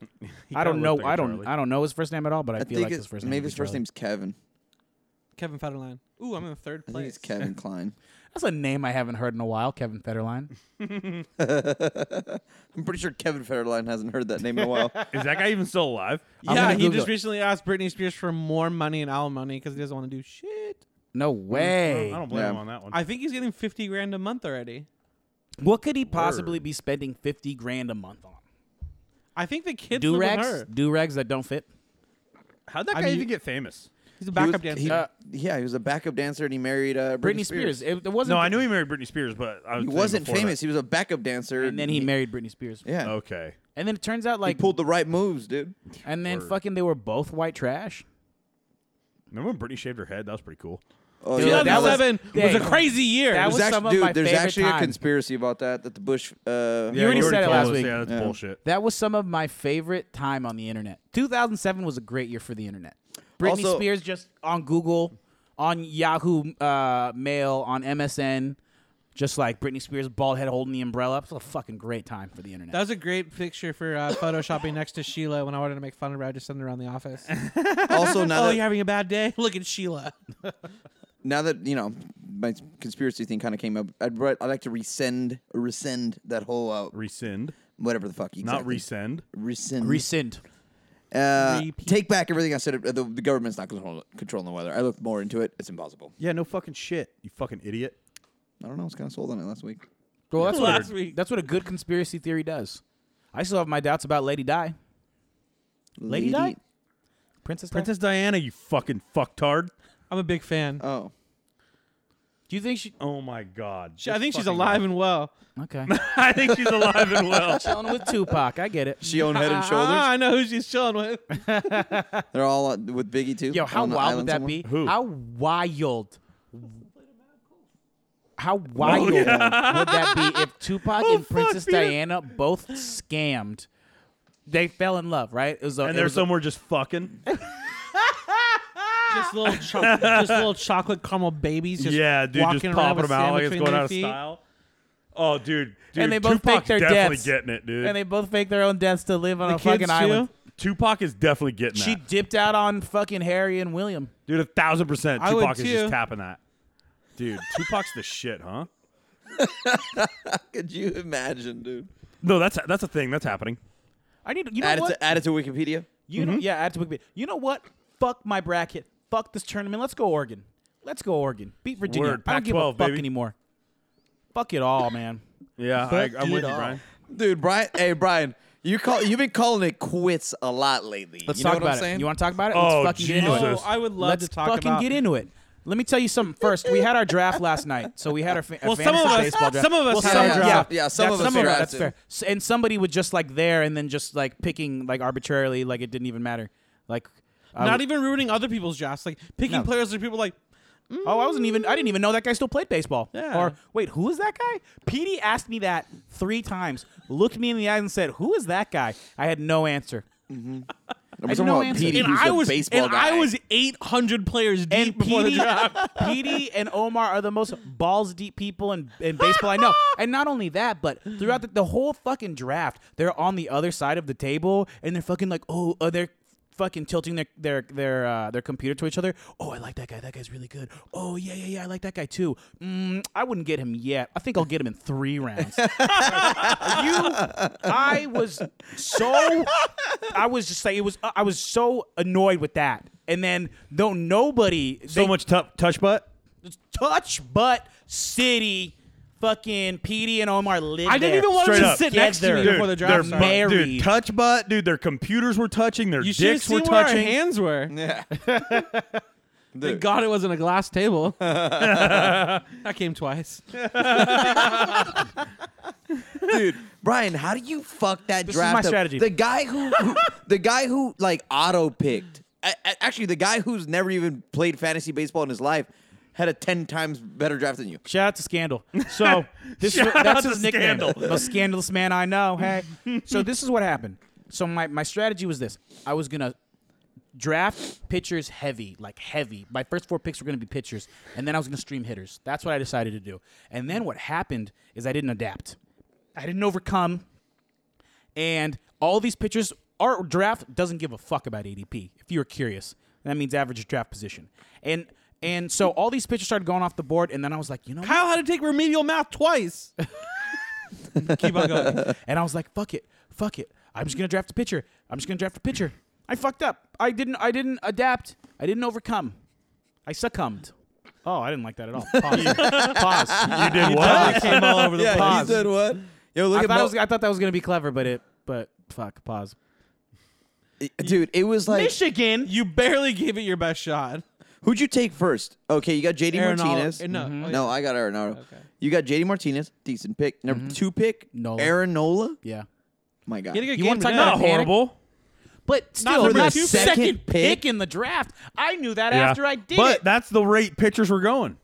S1: He
S2: I
S1: kinda
S2: don't
S1: looked
S2: know.
S1: like a
S2: I don't.
S1: Charlie.
S2: I don't know his first name at all. But I,
S3: I
S2: feel
S3: think
S2: like
S3: it-
S2: his first name.
S3: maybe
S2: would
S3: his
S2: be
S3: first
S2: Charlie.
S3: name's Kevin.
S4: Kevin Federline. Ooh, I'm in third
S3: I think it's
S4: place.
S2: *laughs*
S3: Kevin Klein.
S2: That's a name I haven't heard in a while. Kevin Federline.
S3: I'm pretty sure Kevin Federline hasn't heard that name in
S2: *laughs*
S3: a while.
S1: Is that guy even still alive?
S2: I'm
S4: yeah,
S2: gonna
S4: he
S2: Google
S4: just
S2: it.
S4: recently asked Britney Spears for more money and alimony because he doesn't want to do shit.
S2: *laughs* No way.
S1: I don't blame
S3: Yeah.
S1: him on that one.
S4: I think he's getting fifty grand a month already.
S2: What could he possibly be spending fifty grand a month on?
S4: I think the kids
S2: Do
S4: live with
S2: rags.
S4: her.
S2: Do rags that don't fit.
S1: How'd that
S4: I
S1: guy
S4: mean,
S1: even get famous?
S4: He's a
S3: He was-
S4: backup dancer.
S3: he-
S2: Uh,
S3: yeah, he was a backup dancer and he married uh, Britney,
S2: Britney Spears. It, it wasn't.
S1: No, I knew he married Britney Spears, but I was
S3: He
S1: saying
S3: wasn't
S1: before that.
S3: famous. He was a backup dancer.
S2: And then he married Britney Spears.
S3: Yeah.
S1: Okay.
S2: And then it turns out
S3: He
S2: like.
S3: pulled the right moves, dude.
S2: and then
S1: Word.
S2: fucking they were both white trash.
S1: Remember when Britney shaved her head? That was pretty cool.
S3: Oh,
S2: Dude,
S3: yeah,
S2: that was-
S4: 2011 was,
S2: Hey.
S4: a crazy year.
S2: That
S3: There's
S2: was
S3: actually,
S2: some of
S3: dude,
S2: my
S3: there's
S2: favorite
S3: actually a
S2: time.
S3: conspiracy about that. That the Bush. Uh,
S1: Yeah,
S2: already said it
S1: told
S2: last
S1: us.
S2: week.
S1: Yeah, that's
S3: Yeah.
S1: bullshit.
S2: That was some of my favorite time on the internet. 2007 was a great year for the internet. Britney
S3: Also-
S2: Spears just on Google, on Yahoo uh, Mail, on MSN, Just like Britney Spears' bald head holding the umbrella. It's a fucking great time for the internet.
S4: That was a great picture for uh, photoshopping next to Sheila when I wanted to make fun of her. I just sent it around the *laughs* office.
S3: Also,
S2: *laughs*
S3: now
S4: oh,
S3: that,
S4: you're having a bad day? *laughs* Look at Sheila.
S3: now that you know my conspiracy thing kind of came up, I'd, re- I'd like to rescind rescind that whole uh,
S1: Rescind,
S3: whatever the fuck.
S1: not
S3: exactly.
S1: rescind.
S3: Rescind.
S2: Rescind.
S3: Uh,
S4: Repeat.
S3: take back everything I said. Uh, The, the government's not control, controlling the weather. I looked more into it. It's impossible.
S1: Yeah, no fucking shit. You fucking idiot.
S3: I don't know. I was kind of sold on it last week.
S2: Well, that's
S4: Last
S2: what
S4: week.
S2: that's what a good conspiracy theory does. I still have my doubts about Lady Di. Lady Di? Princess Di?
S1: Princess Diana, you fucking fucktard.
S4: I'm a big fan.
S3: Oh,
S2: Do you think she
S1: Oh my god.
S4: She- I think she's alive and well.
S2: Okay.
S1: *laughs* I think she's alive and well.
S2: Chilling with Tupac. I get it.
S3: she owned Head and
S2: *laughs*
S4: Ah,
S3: Shoulders.
S4: I know who she's chilling with.
S3: They're all uh, with Biggie too.
S2: Yo, how
S3: on the
S2: wild
S3: island
S2: would that
S3: somewhere.
S2: be?
S1: Who?
S2: How wild. How
S3: Oh,
S2: wild would that
S1: *laughs*
S2: be if Tupac and
S1: Oh, fuck,
S2: Princess
S1: Peter.
S2: Diana both scammed? They fell in love, right? It was
S1: *laughs*
S2: a,
S1: And
S2: it
S1: they're
S2: was a-
S1: somewhere just fucking.
S4: *laughs* just *laughs* little, cho- just little chocolate caramel babies. Just
S1: yeah, dude,
S4: walking
S1: just
S4: around
S1: popping
S4: with
S1: them out
S4: sand
S1: like it's
S4: between
S1: going
S4: their
S1: out of
S4: feet.
S1: style. Oh, dude, dude
S2: And they both
S1: Tupac's
S2: faked their
S1: definitely
S2: deaths.
S1: getting it, dude.
S2: and they both faked their own deaths to live on
S4: The
S2: a
S4: kids
S2: fucking
S4: too.
S2: island.
S1: Tupac is definitely getting
S2: She
S1: that,
S2: dipped out on fucking Harry and William.
S1: dude. A thousand percent,
S4: I
S1: Tupac
S4: would
S1: is just
S4: too.
S1: tapping that,
S4: *laughs*
S1: dude. Tupac's the shit, huh?
S3: *laughs* Could you imagine, dude?
S1: No, that's that's a thing that's happening.
S2: I need to- you know
S3: Add it,
S2: what?
S3: to, add it to Wikipedia.
S2: You
S1: mm-hmm.
S2: know, yeah, add to Wikipedia. You know what? Fuck my bracket. Fuck this tournament. Let's go Oregon. Let's go Oregon. Beat Virginia.
S1: Word.
S2: I don't give
S1: Pac-12,
S2: a fuck
S1: baby.
S2: anymore. Fuck it all, man.
S1: Yeah, I, I'm with you, Brian.
S3: Dude, Brian. Hey, Brian. You call. You've been calling it quits a lot lately.
S2: Let's
S3: you know
S2: talk
S3: what
S2: about
S3: I'm saying?
S2: it. You want to talk about it?
S1: Oh,
S2: Let's fucking get into it.
S1: Jesus.
S4: Oh, I would love
S2: Let's
S4: to talk
S2: fucking
S4: about.
S2: get into it. Let me tell you something first. We had our draft last night, so we had our fa- a
S4: Well, some
S2: fantasy
S4: of us-
S2: baseball draft.
S4: some of us
S2: Well,
S4: had
S2: some-
S4: our draft.
S3: Yeah, yeah, some
S2: that's-
S3: of us
S2: us-
S3: drafted.
S2: That's fair. S- And somebody was just like there, and then just like picking like arbitrarily, like it didn't even matter. Like, I
S4: Not
S2: w-
S4: even ruining other people's drafts. Like picking
S2: No.
S4: players that people like.
S2: Oh, I wasn't even. I didn't even know that guy still played baseball.
S4: Yeah.
S2: Or wait, who is that guy? Petey asked me that three times. Looked me in the eyes and said, "Who is that guy?" I had no answer.
S3: We're
S2: have
S3: talking
S2: no
S3: about
S2: answer.
S3: Petey,
S4: And
S3: who's
S4: I
S3: the
S4: was
S3: baseball
S4: and
S3: guy.
S4: I was 800 players deep
S2: And
S4: before
S2: Petey,
S4: the draft.
S2: *laughs* Petey and Omar are the most balls deep people in, in baseball I know. And not only that, but throughout the, the whole fucking draft, they're on the other side of the table and they're fucking like, oh, uh, they're fucking tilting their their their uh, their computer to each other. Oh, I like that guy. That guy's really good. Oh yeah yeah yeah, I like that guy too. Mm, I wouldn't get him yet. I think I'll get him in three
S4: *laughs*
S2: rounds. you i was so i was just like it was i was so annoyed with that and then though nobody
S1: So
S2: they
S1: much tu- touch butt.
S2: touch but city fucking pd and omar lived
S4: I didn't even want
S1: Straight
S4: to
S1: up.
S4: just sit next to me
S2: Dude,
S4: before the
S1: their
S4: draft.
S1: butt-
S4: started.
S2: man- Married.
S1: dude, touch butt, dude. Their computers were touching, their
S4: You should have
S1: dicks were
S4: seen where our
S1: touching.
S4: hands were.
S3: Yeah.
S4: *laughs* Thank God it wasn't a glass table. that came twice.
S3: dude. Brian, how do you fuck that
S2: This is
S3: draft?
S2: my
S3: up?
S2: strategy.
S3: The guy who, who- the guy who like auto picked. a- a- Actually, the guy who's never even played fantasy baseball in his life had a ten times better draft than you.
S2: Shout out to
S4: *laughs*
S2: Scandal. So this
S1: Shout out
S2: that's his
S1: to
S2: nickname.
S1: Scandal.
S2: The most scandalous man I know. Hey. so this is what happened. So my, my strategy was this. I was gonna draft pitchers heavy, like heavy. My first four picks were gonna be pitchers, and then I was gonna stream hitters. That's what I decided to do. And then what happened is I didn't adapt. I didn't overcome and all these pitchers, our draft doesn't give a fuck about ADP. If you were curious, that means average draft position. And and so all these pitchers started going off the board, and then I was like, you know, what?
S4: Kyle had to take remedial math twice. *laughs* Keep on going.
S2: and I was like, fuck it, fuck it. I'm just gonna draft a pitcher. I'm just gonna draft a pitcher. I fucked up. I didn't. I didn't adapt. I didn't overcome. I succumbed. Oh, I didn't like that at all. Pause. Pause.
S1: You did what?
S2: came all over the pause.
S3: what? Yo, look
S2: I thought,
S3: at Mo-
S2: it was, I thought that was gonna be clever, but it. But fuck. Pause.
S3: Uh, dude. It was like
S2: Michigan.
S4: You barely gave it your best shot.
S3: who'd you take first? Okay, you got J.D.
S4: Arenado-
S3: Martinez.
S4: eh, no, oh, yeah.
S3: no, I got Arenado.
S4: Okay.
S3: You got J.D. Martinez, decent pick. Number two pick,
S2: Nola.
S3: Aaron Nola.
S2: Yeah.
S3: My God,
S4: He had a good
S2: You
S4: game
S2: wanna talk
S4: today.
S2: about
S1: Not horrible.
S2: But still,
S4: number
S2: not
S4: two pick.
S2: second,
S3: Second pick.
S2: pick. in the draft. I knew that
S1: Yeah.
S2: after I did
S1: but
S2: it.
S1: that's the rate pitchers were going.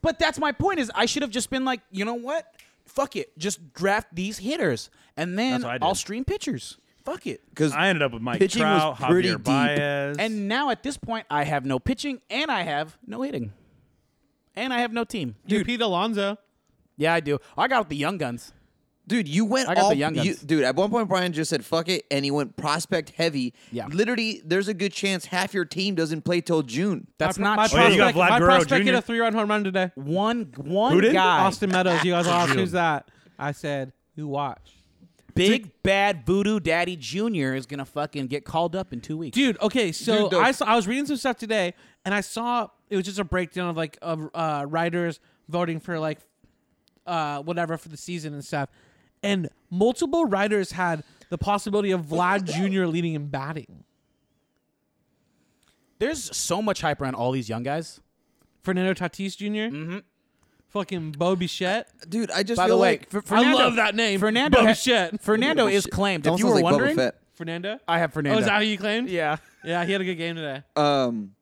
S2: but that's my point. Is I should have just been like, you know what? Fuck it. Just draft these hitters, and then
S1: That's what I did.
S2: I'll stream pitchers. Fuck it.
S3: because
S1: I ended up with Mike
S3: Pitching was
S1: Trout,
S3: pretty
S1: Javier
S3: deep.
S1: Baez,
S2: And now at this point, I have no pitching, and I have no hitting, and I have no team.
S4: Dude, Pete Alonso.
S2: Yeah, I do. I got with the young guns.
S3: Dude, you went
S2: I got the
S3: all
S2: young
S3: you-
S2: guns.
S3: dude, at one point Brian just said fuck it and he went prospect heavy.
S2: Yeah.
S3: Literally, there's a good chance half your team doesn't play till June.
S2: That's
S4: my,
S2: not
S4: my
S2: true. Oh,
S1: yeah, you got
S4: prospect,
S1: Vlad
S4: my
S1: Guerrero
S4: prospect hit
S1: Jr..
S4: a three run home run today.
S2: one one
S1: Who did?
S2: guy,
S4: Austin Meadows. You guys all asked who's that? I said, who watch?
S2: big bad voodoo daddy Junior, is gonna fucking get called up in two weeks.
S4: Dude, okay, so
S3: Dude, the-
S4: I saw, I was reading some stuff today, and I saw it was just a breakdown of like of uh, writers voting for like uh, whatever for the season and stuff, and multiple writers had the possibility of
S2: *laughs*
S4: Vlad Jr. leading in batting.
S2: There's so much hype around all these young guys.
S4: Fernando Tatis junior Mm-hmm. Fucking Bo Bichette.
S3: Dude, I just
S2: By
S3: feel
S2: the way,
S3: like
S2: Fer-
S4: I
S2: Fernando-
S4: love that name.
S2: Fernando
S4: Bo
S2: ha-
S4: Bichette.
S2: Fernando
S3: Holy
S2: is
S3: shit.
S2: claimed.
S3: That
S2: If you
S3: sounds
S2: were
S3: like Boba
S2: wondering,
S3: Fett.
S4: Fernando.
S2: I have Fernando.
S4: Oh, is that who you claimed?
S2: yeah.
S4: Yeah, he had a good game today.
S3: Um,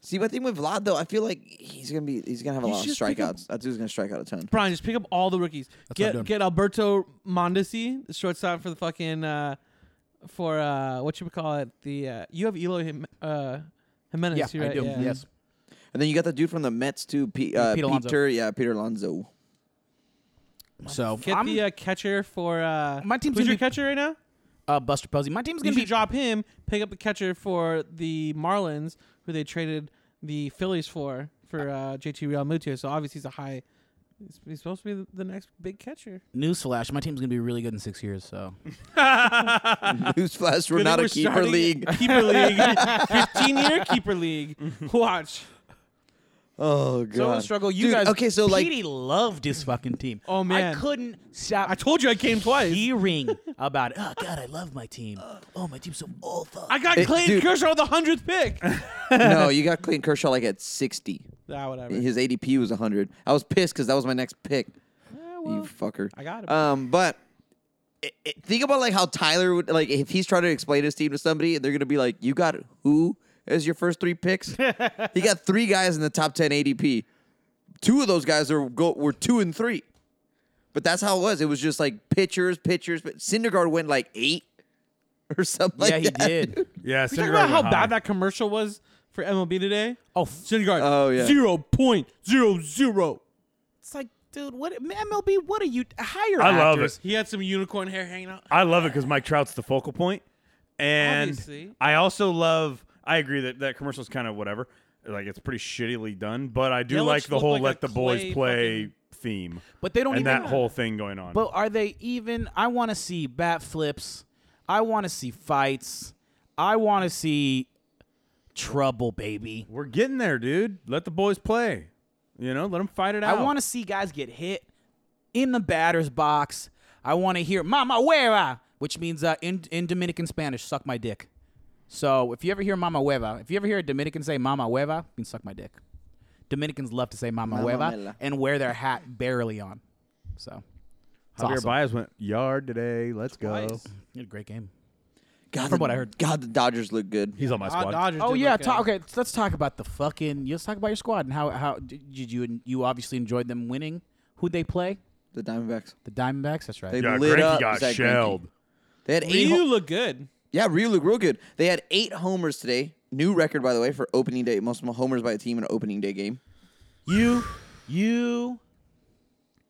S3: see, my thing with Vlad though, I feel like he's gonna be he's gonna have a
S4: You
S3: lot of
S4: should pick up-
S3: strikeouts. That dude's gonna strike out a ton.
S4: Brian, just pick up all the rookies.
S2: what I'm
S4: get
S2: doing.
S4: get Alberto Mondesi, the shortstop for the fucking uh, for uh, what you would call it. The uh, you have Eloy Jim- uh, Jimenez,
S2: Yeah,
S4: you're
S2: I
S4: right?
S2: do.
S4: Yeah.
S2: Yes.
S3: And then you got the dude from the Mets too, Pe-
S2: Yeah,
S3: uh,
S2: Pete Alonso.
S3: Peter. Yeah,
S2: *laughs*
S3: Peter Alonso. *laughs*
S2: So
S4: Get
S2: I'm
S4: the uh, catcher for uh,
S2: My team's
S4: Who's
S2: gonna
S4: your
S2: be-
S4: catcher right now?
S2: uh, Buster Posey. My team's
S4: You
S2: gonna
S4: should
S2: be
S4: drop him. Pick up the catcher for the Marlins, who they traded the Phillies for for uh, JT Real Muto. So obviously he's a high. he's- He's supposed to be the- the next
S2: *laughs*
S4: big catcher.
S2: newsflash. My team's gonna be really good in six years. So
S3: Newsflash, we're
S4: Good thing
S3: not a
S4: we're
S3: keeper
S4: starting
S3: league.
S2: *laughs*
S4: a Keeper league. 15 year keeper league. Watch.
S3: Oh god.
S2: so struggle. You
S3: Dude,
S2: guys.
S3: okay, so, like-
S2: Petey loved his fucking team.
S4: *laughs* Oh, man.
S2: I couldn't stop.
S4: I told you I came twice. *laughs*
S2: hearing about it. Oh God, I love my team. Oh, my team's so awful.
S4: I got
S3: It-
S4: Clayton
S3: dude.
S4: Kershaw with the
S2: *laughs*
S4: hundredth pick. ah,
S3: *laughs* no, you got Clayton Kershaw like at sixty.
S4: whatever.
S3: His ADP was hundred. I was pissed because that was my next pick.
S4: Eh,
S3: You
S4: well,
S3: fucker.
S4: I got it.
S3: Um, but i i think about like how Tyler would like if he's trying to explain his team to somebody, they're gonna be like, "You got who as your first
S2: *laughs*
S3: three picks? he got three guys in the top ten ADP. Two of those guys are go were two and three, but that's how it was. It was just like pitchers, pitchers. But Syndergaard went like eight or something.
S2: yeah,
S3: like
S2: he
S3: that.
S2: did.
S1: Yeah,
S4: you talking about how bad that commercial was for MLB today?
S2: Oh, f-
S4: Syndergaard.
S3: Oh, yeah.
S4: Zero point zero zero.
S2: it's like, dude, what MLB? What are you hire?
S1: I love
S2: actors.
S1: it.
S4: He had some unicorn hair hanging out.
S1: I love it because Mike Trout's the focal point, and
S4: Obviously.
S1: I also love. I agree that that commercial's kind of whatever. Like it's pretty shittily done, but I do
S4: Yeah, it
S1: like
S4: looks-
S1: the
S4: look
S1: whole
S4: like a
S1: "Let the boys
S4: clay
S1: play" theme.
S2: But they don't
S1: and
S2: even.
S1: that whole thing going on.
S2: but are they even? I want to see bat flips. I want to see fights. I want to see trouble, baby.
S1: We're getting there, dude. Let the boys play. You know, let them fight it out.
S2: I want to see guys get hit in the batter's box. I want to hear "Mama Hueva," which means uh, in in Dominican Spanish, "suck my dick." So if you ever hear "Mama Hueva," if you ever hear a Dominican say "Mama Hueva," it means "suck my dick." Dominicans love to say "Mama,
S3: Mama
S2: Hueva"
S3: mela.
S2: and wear their hat barely on. So it's
S1: Javier
S2: awesome.
S1: Baez went yard today. Let's go.
S4: Twice.
S2: You had a great game.
S3: *laughs* God,
S2: From
S3: the-
S2: what I heard.
S3: God, the Dodgers look good.
S1: He's on my squad.
S4: Ah, Dodgers
S2: Oh
S4: did
S2: yeah,
S4: look
S2: ta-
S4: good.
S2: okay. Let's talk about the fucking. Let's talk about your squad and how how did you you obviously enjoyed them winning. Who they play?
S3: The Diamondbacks.
S2: The Diamondbacks. That's right.
S3: They
S1: Yeah,
S3: lit
S1: Greinke
S3: up
S1: got
S3: Zach Greinke.
S1: shelled.
S3: They had eight.
S4: Ryu
S3: ho-
S4: look good.
S3: Yeah, Ryu looked real good. They had eight homers today. New record, by the way, for opening day. Most homers by a team in an opening day game.
S2: you you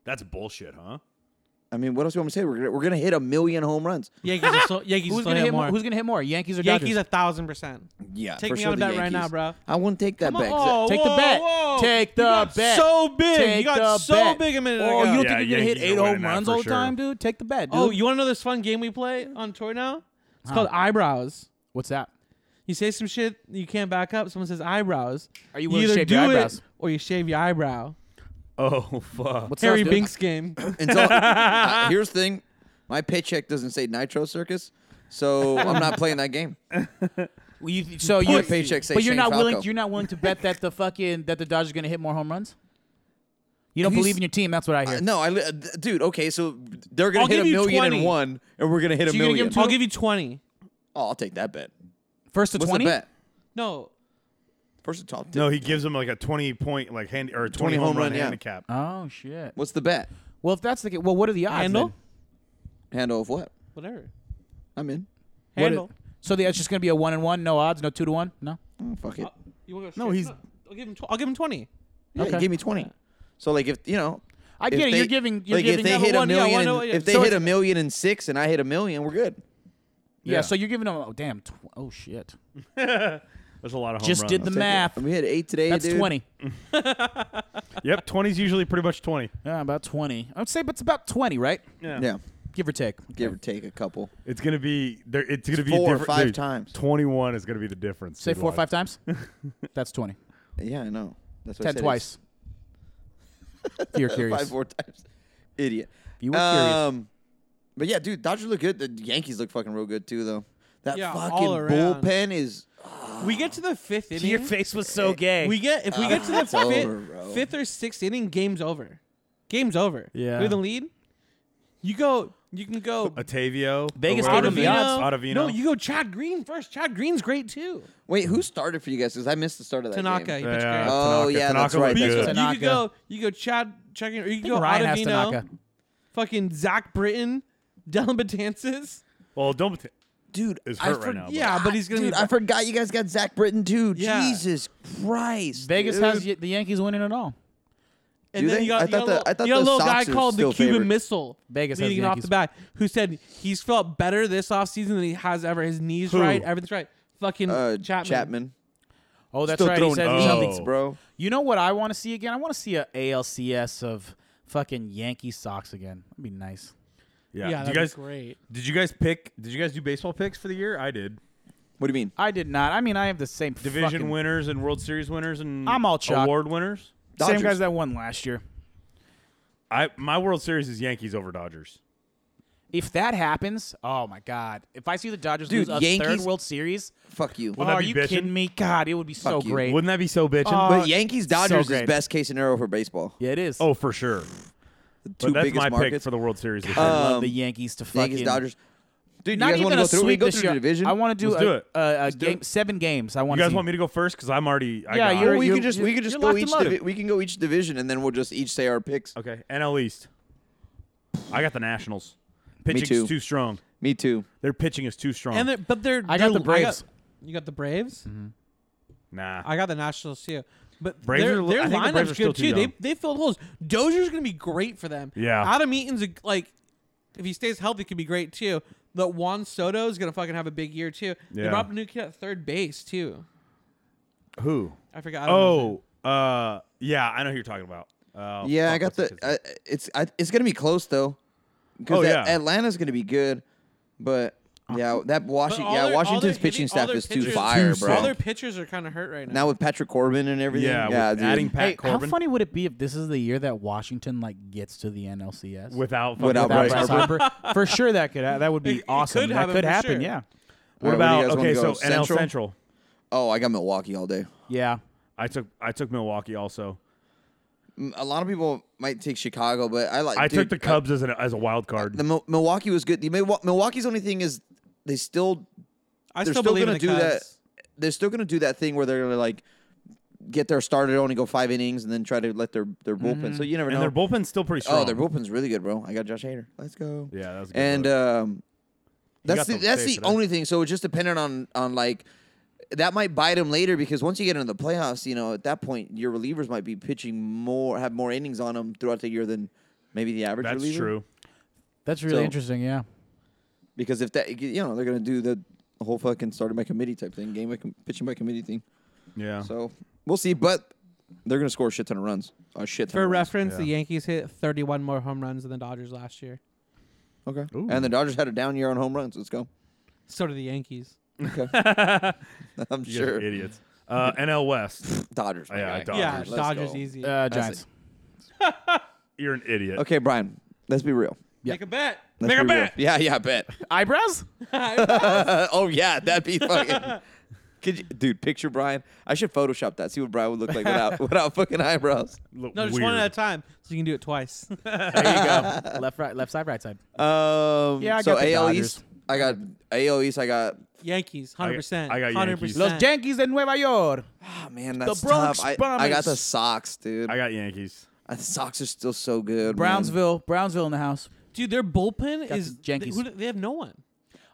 S1: That's bullshit, huh?
S3: I mean, what else do you want me to say? We're gonna, we're gonna hit a million home runs.
S4: Yankees are so, Yankees
S2: Who's
S4: still
S2: gonna hit more?
S4: more.
S2: Who's gonna hit more? Yankees or
S4: Yankees a
S2: Dodgers?
S4: thousand percent.
S3: Yeah,
S4: Take
S3: for
S4: me
S3: sure
S4: on
S3: the
S4: that right now,
S3: Yankees.
S4: bro.
S3: I wouldn't take that
S4: Come on.
S3: bet. 'cause
S4: Oh,
S2: Take the
S4: whoa,
S2: bet.
S4: whoa.
S2: Take
S4: You
S2: the
S4: got
S2: bet.
S4: So big.
S2: Take
S4: you got
S2: the
S4: so
S2: bet.
S4: big a minute
S2: oh,
S4: ago.
S2: you don't
S1: Yeah,
S2: think you're gonna hit
S1: Yankees
S2: eight
S1: are winning
S2: home
S1: that
S2: runs
S1: for
S2: all the
S1: sure.
S2: time, dude? Take the bet, dude.
S4: Oh, you want to know this fun game we play on tour now? It's called eyebrows.
S2: What's that?
S4: You say some shit you can't back up. Someone says eyebrows.
S2: Are you willing to
S4: either
S2: shave your
S4: do it
S2: eyebrows?
S4: or you shave your eyebrow?
S1: Oh fuck.
S2: What's
S4: Harry
S2: up, dude?
S4: Binks
S2: *coughs*
S4: game.
S3: that- and so, uh, here's the thing: my paycheck doesn't say Nitro Circus, so I'm not playing that *laughs* game.
S2: Well, you- so you
S3: My paycheck say
S2: but you're
S3: Shane
S2: not willing.
S3: Falco.
S2: You're not willing to bet that the fucking that the Dodgers are gonna hit more home runs. You don't
S3: Have you
S2: believe
S3: s-
S2: in your team. That's what I hear.
S3: Uh, no, I, li- uh, th- dude. Okay, so they're gonna
S4: I'll
S3: hit a
S4: give you
S3: million and
S4: 20.
S3: one, and we're gonna hit a
S2: you're gonna give
S3: million.
S2: them
S4: I'll give you 20.
S3: oh, I'll take that bet.
S2: First to
S3: What's
S2: twenty.
S3: the bet?
S4: No.
S3: First of all, t-
S1: No, he gives him like a twenty point like hand or a twenty,
S3: 20
S1: home,
S3: home
S1: run,
S3: run, yeah.
S1: handicap.
S2: Oh shit.
S3: what's the bet?
S2: Well, if that's the case, well, what are the odds?
S4: Handle?
S3: Handle of what?
S4: Whatever.
S3: I'm in.
S2: Then? What
S4: Handle.
S2: are- so the, it's just gonna be a one and one, no odds, no two to one, no.
S3: Oh, fuck
S4: Uh,
S3: it.
S4: You wanna go
S1: No,
S4: straight?
S1: he's-
S4: I'll give him. Tw- I'll give him 20.
S3: Yeah,
S2: Okay.
S3: give me twenty. So like if you know,
S2: I
S3: if
S2: get it.
S3: they-
S2: you're giving. You're
S3: like
S2: giving
S3: if they
S2: number
S3: hit a
S2: one, yeah,
S3: million,
S2: one
S3: and-
S2: oh- yeah.
S3: if they
S2: So
S3: hit
S2: it's-
S3: a million and six, and I hit a million, we're good.
S2: yeah,
S1: Yeah.
S2: so you're giving them. Oh damn! Tw- oh shit!
S1: There's a lot of home
S2: Just
S1: runs.
S2: did the
S3: Take it.
S2: math.
S3: We had eight today.
S2: That's
S3: dude.
S2: twenty.
S1: Yep, 20's usually pretty much 20.
S2: Yeah, about twenty. I would say, but it's about twenty, right?
S3: Yeah,
S2: Give or take.
S3: give or take a couple.
S1: It's gonna be there. It's gonna be
S3: four or
S1: different-
S3: five
S1: dude,
S3: times.
S1: Twenty-one is gonna be the difference.
S2: Say
S1: dude,
S2: four or
S1: like.
S2: five
S3: *laughs*
S2: times. That's twenty.
S3: Yeah, I know. That's what I
S2: Ten
S3: said.
S2: twice. If you're
S3: It's
S2: curious.
S3: *laughs* Five Um, more times. Idiot.
S2: You were curious. *laughs*
S3: but yeah, dude, Dodgers look good. The Yankees look fucking real good too, though. That
S4: Yeah,
S3: fucking
S4: all around.
S3: bullpen is
S4: We get to the fifth inning.
S2: face was
S3: Eh,
S2: so gay.
S4: We get if we get to the
S3: it's over,
S4: fifth,
S3: bro.
S4: fifth or sixth inning, game's over. Game's over.
S2: Yeah.
S4: You're the lead. You go. You can go.
S1: Otavio.
S2: Vegas
S1: or
S2: gave
S1: whatever.
S2: him the odds.
S1: Ottavino.
S4: No, you go Chad Green first. Chad Green's great too.
S3: Wait, who started for you guys? Because I missed the start of that
S4: Tanaka.
S3: game.
S4: He pitched
S1: Yeah,
S4: great.
S3: Oh,
S1: Tanaka.
S3: yeah,
S1: Tanaka
S3: that's right,
S1: looked
S4: you,
S3: that's
S1: good.
S4: could- you
S2: Tanaka.
S4: could go. You go Chad Chad Green. Or you could go
S2: Ryan has
S4: Ottavino.
S2: Tanaka.
S4: Fucking Zach Britton. Dylan Betances.
S3: Oh,
S1: Well, don't.
S3: Dude,
S1: Is
S3: I
S1: hurt right
S3: for-
S1: now, but-
S4: Yeah, but he's gonna
S3: Dude,
S4: be
S3: I
S4: back.
S3: forgot you guys got Zach Britton too.
S4: Yeah.
S3: Jesus Christ.
S2: Vegas
S3: dude.
S2: has y- the Yankees winning it all.
S4: And
S3: Do
S4: then
S3: they?
S4: you got,
S3: I
S4: you
S3: thought
S4: got a
S3: the-
S4: little,
S3: I thought
S4: you got a
S3: the
S4: little
S3: Sox
S4: guy
S3: are
S4: called the
S3: still
S4: Cuban
S3: favored.
S4: Missile
S2: Vegas has
S4: leading
S2: the
S4: off
S2: Yankees.
S4: the bat, who said he's felt better this offseason than he has ever. His knees
S1: Who?
S4: right, everything's right. Fucking
S3: uh,
S4: Chapman.
S3: Chapman.
S2: Oh, that's
S3: Still
S2: right. He
S3: throwing
S2: said
S1: Oh.
S2: nothing.
S3: Jeez, bro.
S2: You know what I want to see again? I want to see a ALCS of fucking Yankee Sox again. That'd be nice.
S1: Yeah.
S4: Yeah,
S1: Did you
S4: that'd be
S1: guys?
S4: great.
S1: Did you guys pick? Did you guys do baseball picks for the year? I did.
S3: What do you mean?
S2: I did not. I mean, I have the same
S1: Division
S2: fucking,
S1: winners and World Series winners and
S2: I'm all chalk.
S1: award winners.
S2: Same
S3: Dodgers.
S2: guys that won last year.
S1: I my World Series is Yankees over Dodgers.
S2: If that happens, oh my god! If I see the Dodgers
S3: Dude,
S2: lose a third
S3: Yankees-
S2: World Series,
S3: Fuck you.
S2: oh,
S1: that
S2: are
S1: be
S2: you
S1: bitchin'?
S2: kidding me? God, it would be so
S3: Fuck you.
S2: great.
S1: Wouldn't that be so bitching?
S2: Uh,
S3: but Yankees Dodgers is
S2: great.
S3: best case scenario for baseball.
S2: yeah, it is.
S1: oh, for sure.
S3: The two
S1: But that's
S3: biggest
S1: my pick
S3: markets.
S1: for the World Series. This
S2: I
S1: year.
S2: love
S3: um,
S2: the Yankees to fucking
S3: Yankees Dodgers. Dude,
S2: Not
S3: you guys want
S2: even
S3: to go
S2: a
S3: through?
S2: sweep
S3: We go
S2: this
S3: through
S2: year.
S3: the division.
S2: I want to do
S1: Let's
S2: a,
S1: do it.
S2: a- a
S3: do
S2: game
S3: it.
S2: seven games. I
S1: you
S2: want.
S1: guys want me to go first? Because I'm already. I
S2: Yeah,
S1: got it.
S2: you're-
S3: Or we
S2: you're-
S3: could just we could just
S2: you're
S3: go
S2: locked
S3: each
S2: and loaded.
S3: divi- we can go each division and then we'll just each say our picks.
S1: Okay, NL East. I got the Nationals. Pitching's
S3: too.
S1: too strong.
S3: Me too.
S1: Their pitching is too strong.
S4: And they're, but they're.
S2: I got
S4: they're-
S2: the Braves. Mm-hmm.
S4: you got the Braves.
S1: nah.
S4: I got the Nationals too. But
S1: Braves
S4: their,
S1: are li-
S4: their
S1: I think the
S4: lineup's
S1: Braves are
S4: good
S1: still too
S4: too. They
S1: young.
S4: they filled holes. Dozier's gonna be great for them.
S1: Yeah.
S4: Adam Eaton's a, like, if he stays healthy, could be great too. But Juan Soto's gonna fucking have a big year too. They
S1: Yeah.
S4: brought up a new kid at third base too.
S1: Who?
S4: I forgot. I don't know his name.
S1: Oh, uh, yeah, I know who you're talking about. Oh,
S3: Yeah,
S1: fuck,
S3: I got
S1: what's
S3: the. uh,
S1: his name?
S3: I, it's I, it's gonna be close though, because
S1: Oh, yeah. Uh,
S3: Atlanta's gonna be good, but yeah, that Washi-
S4: But all
S3: yeah
S4: their- all their
S3: Washington's
S4: hitting-
S3: pitching
S4: all
S3: staff
S4: their
S3: is too
S4: pitchers-
S3: fire,
S1: Too
S3: bro.
S4: All their pitchers are kind of hurt right now.
S3: now with Patrick Corbin and everything,
S1: yeah, with
S3: dude.
S1: adding Pat
S2: Hey,
S1: Corbin
S2: how funny would it be if this is the year that Washington like gets to the NLCS
S1: without fucking
S2: Without
S3: Without
S1: Bryce
S2: Bryce
S1: Harper.
S2: Harper? for sure, that could ha- that would
S4: It-
S2: be
S4: it
S2: awesome.
S4: could
S2: that
S4: happen
S2: could
S4: for
S2: happen.
S4: sure.
S2: Yeah,
S1: What
S3: All right, where do
S1: about
S3: you guys
S1: okay? So
S3: wanna go?
S1: NL
S3: Central?
S1: Central.
S3: Oh, I got Milwaukee all day.
S2: yeah.
S1: I took I took Milwaukee also.
S3: M- A lot of people might take Chicago, but I like.
S1: I
S3: dude, uh,
S1: took the Cubs as an as a wild card.
S3: The Mil- Milwaukee was good. The Mil- Milwaukee's only thing is they still
S4: I
S3: they're
S4: still,
S3: still,
S4: believe
S3: gonna
S4: in the
S3: do that.
S4: Cubs.
S3: They're still gonna do that thing where they're gonna like get their starter, only go five innings, and then try to let their their bullpen. So you never
S1: Mm-hmm. and
S3: know.
S1: their bullpen's still pretty strong.
S3: oh, their bullpen's really good, bro. I got Josh Hader. Let's go.
S1: Yeah, that was a good.
S3: and
S1: look.
S3: um, that's
S1: got
S3: the
S1: them
S3: that's
S1: safe
S3: the
S1: today.
S3: only thing. So it's just dependent on on like that might bite him later because once you get into the playoffs, you know, at that point your relievers might be pitching more, have more innings on them throughout the year than maybe the average.
S1: that's
S3: reliever.
S1: true.
S2: That's really
S3: So-
S2: interesting. Yeah.
S3: because if that you know they're gonna do the whole fucking starting by committee type thing, game by com- pitching by committee thing.
S1: Yeah.
S3: So we'll see, but they're gonna score a shit ton of runs. A shit ton
S4: For
S3: of runs.
S4: reference, the
S1: Yeah.
S4: Yankees hit 31 more home runs than the Dodgers last year.
S3: Okay.
S1: Ooh.
S3: And the Dodgers had a down year on home runs. Let's go. *laughs*
S4: So do the Yankees.
S3: I'm
S1: you guys are
S3: sure. *laughs*
S1: idiots. Uh, NL West.
S3: Dodgers. my
S1: Yeah,
S3: guy.
S1: Dodgers.
S4: yeah,
S3: let's
S4: Dodgers
S3: go.
S4: easy.
S2: Uh,
S3: That's
S2: Giants.
S1: You're an idiot.
S3: Okay, Brian. Let's be real.
S4: Make a bet.
S3: Let's
S1: Make a
S3: be real.
S1: bet.
S3: Yeah, yeah, bet. *laughs*
S2: Eyebrows?
S4: *laughs*
S3: Uh, oh yeah, that'd
S2: *laughs*
S3: be fucking. Could you, dude, picture Brian. I should Photoshop that. See what Brian would look like without *laughs* without fucking eyebrows.
S1: Look
S4: No, just
S1: weird.
S4: one at a time, so you can do it twice. *laughs*
S2: There you go. left, right, left side, right side.
S3: Um,
S2: Yeah, I
S3: so
S2: got the
S3: AL
S2: Dodgers.
S3: East. I got AL East. I got.
S4: Yankees,
S1: got-
S4: hundred percent.
S1: I got Yankees.
S2: Los Yankees de Nueva York.
S3: Oh man, that's
S2: Bronx
S3: tough. I, I got
S2: Bombers.
S3: the Sox, dude.
S1: I got Yankees.
S3: Uh, the Sox are still so good. Man.
S2: Brownsville. Brownsville in the house.
S4: Dude, their bullpen
S2: Got
S4: is
S2: the Yankees.
S4: They, who do- they have no one.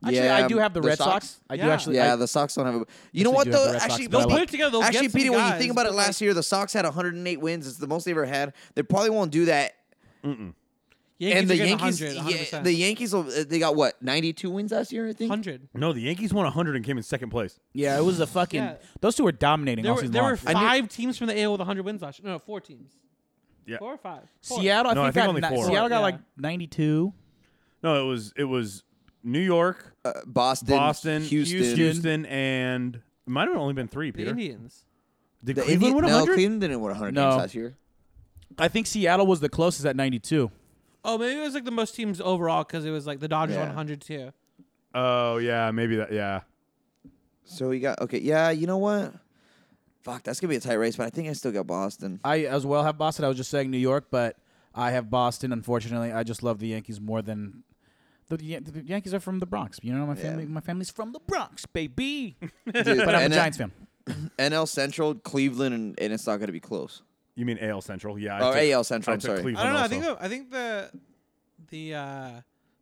S2: Actually,
S3: Yeah,
S2: I do have the,
S3: the
S2: Red
S3: Sox?
S2: Sox. I do
S4: Yeah.
S2: actually.
S3: Yeah,
S2: I-
S3: the Sox don't have a. You know
S2: Actually
S3: what
S2: do have the
S3: though?
S2: Red Sox,
S3: Actually,
S2: but I
S4: They'll
S2: like-
S4: put it together. They'll
S3: actually,
S4: get some
S3: Peter, when you
S4: guys,
S3: think about
S4: but,
S3: it, last
S4: like,
S3: year the Sox had 108 wins. It's the most they ever had. They probably won't do that
S4: Yankees
S3: and the
S4: are getting
S3: Yankees,
S4: 100,
S3: yeah, the Yankees, will- uh, they got what ninety two wins last year, I think.
S4: 100.
S1: No, the Yankees won 100 and came in second place.
S2: Yeah, it was a fucking.
S4: Yeah.
S2: Those two were dominating
S4: There
S2: all
S4: were,
S2: season
S4: there were
S2: long.
S3: I knew-
S4: five teams from the AL with 100 wins last year. No, four teams.
S1: Yeah.
S4: Four or five. Four.
S2: Seattle, I
S1: No, I
S2: think,
S1: think
S2: got
S1: only
S2: ni-
S1: four.
S2: Seattle got
S4: Yeah.
S2: like 92.
S1: No, it was it was New York,
S3: Uh, Boston,
S1: Boston,
S3: Houston.
S1: Houston, and it might have only been three.
S4: The
S1: Peter,
S4: Indians.
S1: did
S3: The
S1: Cleveland
S3: Indian-
S1: win
S3: no,
S1: 100?
S3: Cleveland didn't win hundred
S2: No.
S3: games last year.
S2: I think Seattle was the closest at 92.
S4: Oh, maybe it was like the most teams overall because it was like the Dodgers
S3: Yeah.
S4: won 100 too.
S1: oh yeah, maybe that. Yeah,
S3: So we got okay. Yeah, you know what? Fuck, that's gonna be a tight race, but I think I still got Boston.
S2: I as well have Boston. I was just saying New York, but I have Boston. Unfortunately, I just love the Yankees more than the, Yan- the Yankees are from the Bronx. You know, my family, my family's from the Bronx,
S1: *laughs*
S2: baby.
S3: Dude,
S2: But I'm a
S3: NL
S2: Giants fan.
S3: NL Central, Cleveland, and, and it's not gonna be close.
S1: you mean AL Central? Yeah. I
S3: Oh,
S1: took-
S3: AL Central,
S1: I
S3: I'm
S1: took
S3: sorry. I
S1: Cleveland
S4: I don't know. I
S1: also.
S4: think I think the the uh,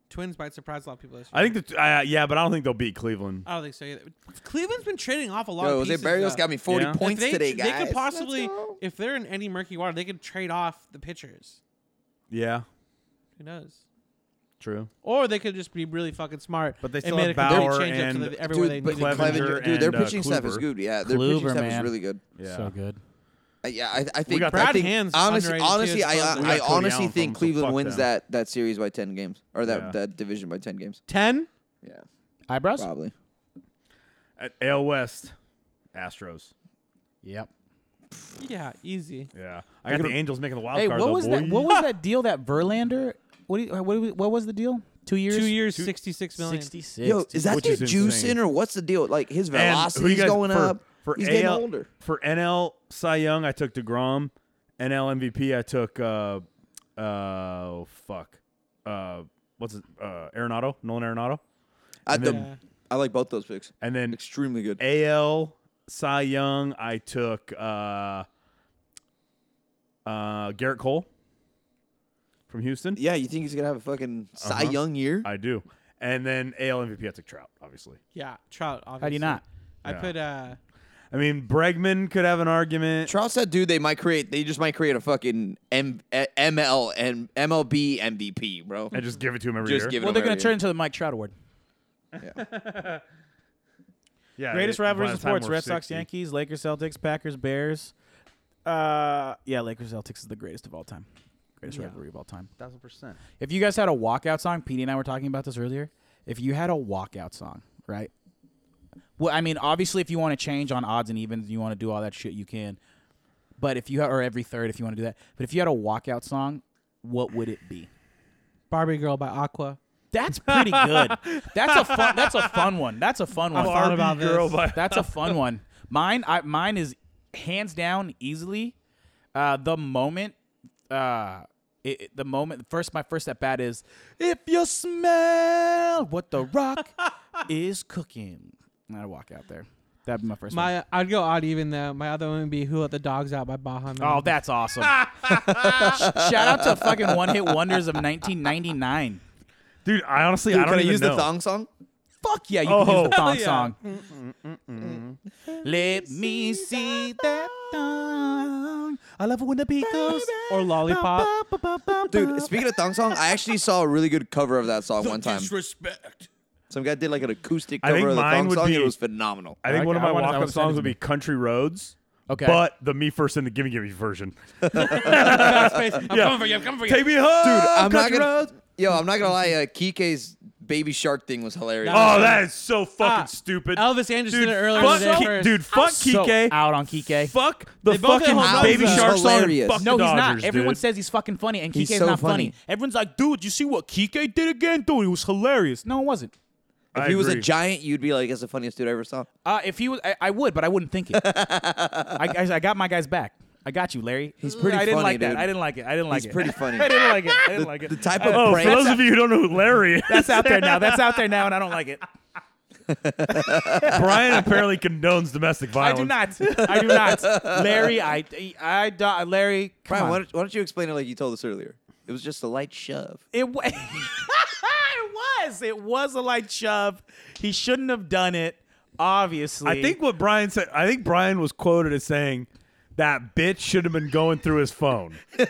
S4: Twins might surprise a lot of people this
S1: I
S4: year.
S1: think that uh, yeah, but I don't think they'll beat Cleveland.
S4: I don't think so either. Cleveland's been trading off a lot.
S3: Yo,
S4: of
S3: Jose
S4: pieces,
S3: Barrios
S4: though.
S3: got me forty
S1: Yeah. If
S3: points
S4: they,
S3: today,
S4: they
S3: guys.
S4: could possibly,
S3: Let's go.
S4: if they're in any murky water, they could trade off the pitchers.
S1: Yeah,
S4: Who knows?
S1: true.
S4: Or they could just be really fucking smart.
S1: But they
S4: and
S1: still
S4: made
S1: have
S4: a complete
S1: Bauer
S4: change up
S1: and-
S4: to the, everywhere they
S3: dude, but
S4: needed.
S1: Clevenger
S3: Clevenger, dude, their
S1: and, uh,
S3: pitching staff is
S1: Kluber.
S3: good. Yeah, their pitching
S2: Kluber,
S3: staff
S2: man.
S3: is really good.
S1: Yeah.
S2: So good.
S3: Uh, yeah, I, I think
S1: got
S3: I
S1: Brad
S3: think,
S4: Hand's
S3: honestly,
S4: underrated, too,
S3: honestly,
S4: as
S3: I,
S4: well. We
S1: got
S3: I, I
S1: Cody
S3: honestly
S1: Allen
S3: think
S1: from- so
S3: Cleveland
S1: fuck
S3: wins
S1: them.
S3: that that series by ten games or that
S1: Yeah.
S3: that division by ten games.
S4: Ten.
S3: Yeah,
S2: Eyebrows.
S3: probably.
S1: At AL West, Astros.
S2: Yep.
S4: Yeah, easy.
S1: Yeah, I got the Angels making the wild
S2: Hey,
S1: card.
S2: what
S1: though,
S2: was
S1: boy.
S2: that? What
S1: *laughs*
S2: was that deal that Verlander? What? Do you, what, do you- what was the deal? Two years.
S4: Two years, sixty-six million.
S2: Sixty-six.
S3: Yo, is that
S1: Which
S3: dude
S1: is
S3: juicing
S1: insane.
S3: or what's the deal? Like his
S1: And who you
S3: velocity's
S1: guys-
S3: going
S1: for-
S3: up.
S1: For
S3: He's
S1: AL,
S3: getting older.
S1: For NL Cy Young, I took Degrom. NL MVP, I took uh, uh, oh, fuck, uh, what's it? Uh, Arenado, Nolan Arenado,
S3: I, the,
S4: Yeah.
S3: I like both those picks.
S1: and then
S3: Extremely good.
S1: AL Cy Young, I took uh, uh, Garrett Cole from Houston.
S3: Yeah, you think he's gonna have a fucking Cy
S1: Uh-huh.
S3: Young year?
S1: I do. And then AL MVP, I took Trout, obviously.
S4: Yeah, Trout. Obviously.
S2: How do you not?
S4: I
S1: Yeah.
S4: put. uh
S1: I mean, Bregman could have an argument.
S3: Trout said, "Dude, they might create. They just might create a fucking M- eh, ML and MLB MVP, bro.
S1: I just give it to him every
S3: Just
S1: year.
S3: give it.
S2: Well,
S3: to
S2: they're
S3: him
S2: gonna
S3: every
S2: turn into the Mike Trout Award.
S1: yeah,
S2: Greatest
S1: it-
S2: rivalries
S1: by
S2: in
S1: the time
S2: sports:
S1: we're
S2: Red Sox,
S1: 60.
S2: Yankees, Lakers, Celtics, Packers, Bears. Uh, yeah, Lakers, Celtics is the greatest of all time. Greatest rivalry of all time.
S1: Thousand percent.
S2: If you guys had a walkout song, PD and I were talking about this earlier. If you had a walkout song, right? Well, I mean, obviously, if you want to change on odds and evens, you want to do all that shit, you can. But if you ha- or every third, if you want to do that, but if you had a walkout song, what would it be?
S4: Barbie Girl by Aqua.
S2: That's pretty good. that's a fun. That's a fun one. That's a fun one.
S4: thought about this.
S1: girl by
S2: That's a fun one. Mine, I, mine is hands down easily. Uh, the moment, uh, it, it- the moment first, my first at bat is if you smell what the rock is cooking. And I walk out there. That'd be my first. one.
S4: My, I'd go odd even though. My other one would be Who Let the Dogs Out by Baha. Man.
S2: Oh, that's awesome! Shout out to fucking one hit wonders of 1999.
S1: Dude, I honestly
S3: year.
S1: I
S3: Dude,
S1: don't
S3: can I
S1: even
S3: use
S1: know.
S3: the thong song?
S2: Fuck yeah, you can
S1: Oh.
S2: use the thong
S4: Hell yeah.
S2: song. Let me see that thong. I love it when the beat goes.
S4: Or Lollipop.
S3: Dude, speaking of thong song, I actually saw a really good cover of that song one time.
S2: Disrespect.
S3: Some guy did like an acoustic
S1: I
S3: cover
S1: think
S3: of the
S1: mine
S3: thong
S1: would
S3: song.
S1: be-
S3: it was phenomenal.
S1: I think
S2: I-
S1: one of
S2: I
S1: my
S2: wanna- I
S1: walk-up
S2: wanna send it
S1: songs
S2: to
S1: would
S2: me.
S1: be "Country Roads,"
S2: Okay. *laughs*
S1: but the me first and the gimme gimme version.
S2: *laughs*
S4: Space. I'm
S1: Yeah.
S4: coming for you. I'm coming for you.
S1: Take me home,
S3: Dude, I'm not
S1: Country
S3: gonna.
S1: Roads.
S3: Yo, I'm not gonna lie. Uh, Kike's baby shark thing was hilarious.
S1: Oh, that is so fucking
S4: Ah,
S1: stupid.
S4: Elvis Anderson
S1: dude,
S4: did it earlier
S1: fuck
S4: today
S1: Ki-
S4: first.
S1: dude, fuck
S2: So
S1: Kike.
S2: out on Kike.
S1: Fuck the
S4: They both
S1: fucking
S4: hit home runs,
S1: baby
S4: though.
S1: shark song. and
S3: Hilarious.
S1: Fuck
S2: no,
S1: the
S2: he's
S1: Dodgers,
S2: not. Everyone
S1: dude.
S2: says he's fucking funny, and
S3: He's
S2: Kike's
S3: so
S2: not funny.
S3: funny.
S2: Everyone's like, dude, you see what Kike did again? Dude, it was hilarious. No, it wasn't.
S3: If
S1: I
S3: he was a
S1: agree.
S3: giant, you'd be like, "That's the funniest dude I ever saw."
S2: Uh, if he was, I, I would, but I wouldn't think it. *laughs* I, I, I got my guys back. I got you, Larry. He's
S3: pretty
S2: I didn't
S3: funny,
S2: like that.
S3: dude.
S2: I didn't like it. I didn't like
S3: He's
S2: it.
S1: *laughs*
S3: pretty funny.
S2: *laughs* I didn't like it. I *laughs* didn't like it.
S3: The type of
S1: Oh, for
S3: pranks.
S1: those of you who don't know who Larry is,
S2: *laughs* That's out there now. That's out there now, and I don't like it.
S1: Brian apparently condones domestic
S2: *laughs* I
S1: violence.
S2: do not. I do not. Larry, I, I, don't- Larry, come
S3: Brian,
S2: on.
S3: why don't, why don't you explain it like you told us earlier? It was just a light shove.
S2: It wa- *laughs* it was. It was a light shove. He shouldn't have done it. Obviously,
S1: I think what Brian said. I think Brian was quoted as saying, that bitch should have been going through his phone. or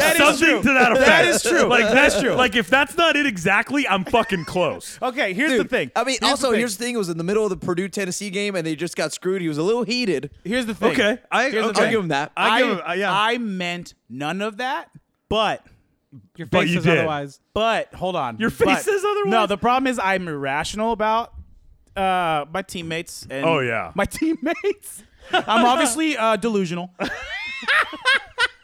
S1: something to that effect.
S2: That is true.
S1: Like
S2: That's
S1: that's
S2: true.
S1: true. Like if that's not it exactly, I'm fucking close.
S2: Okay, here's the
S3: Dude,
S2: thing.
S3: I mean,
S2: Here's
S3: also,
S2: the thing.
S3: here's the thing. It was in the middle of the Purdue Tennessee game, and they just got screwed. He was a little heated.
S2: Here's the thing.
S1: Okay, I-
S2: Here's the
S1: okay.
S3: I'll give him that.
S1: I give
S2: I-
S1: him- uh, yeah.
S2: I meant none of that, but
S4: Your
S1: But
S4: face
S1: you
S4: is
S1: did.
S4: otherwise.
S2: but hold on.
S1: Your face
S2: But-
S1: says otherwise?
S2: No, the problem is I'm irrational about uh my teammates and
S1: Oh, yeah.
S2: my *laughs* teammates. I'm obviously
S1: *laughs*
S2: uh, delusional.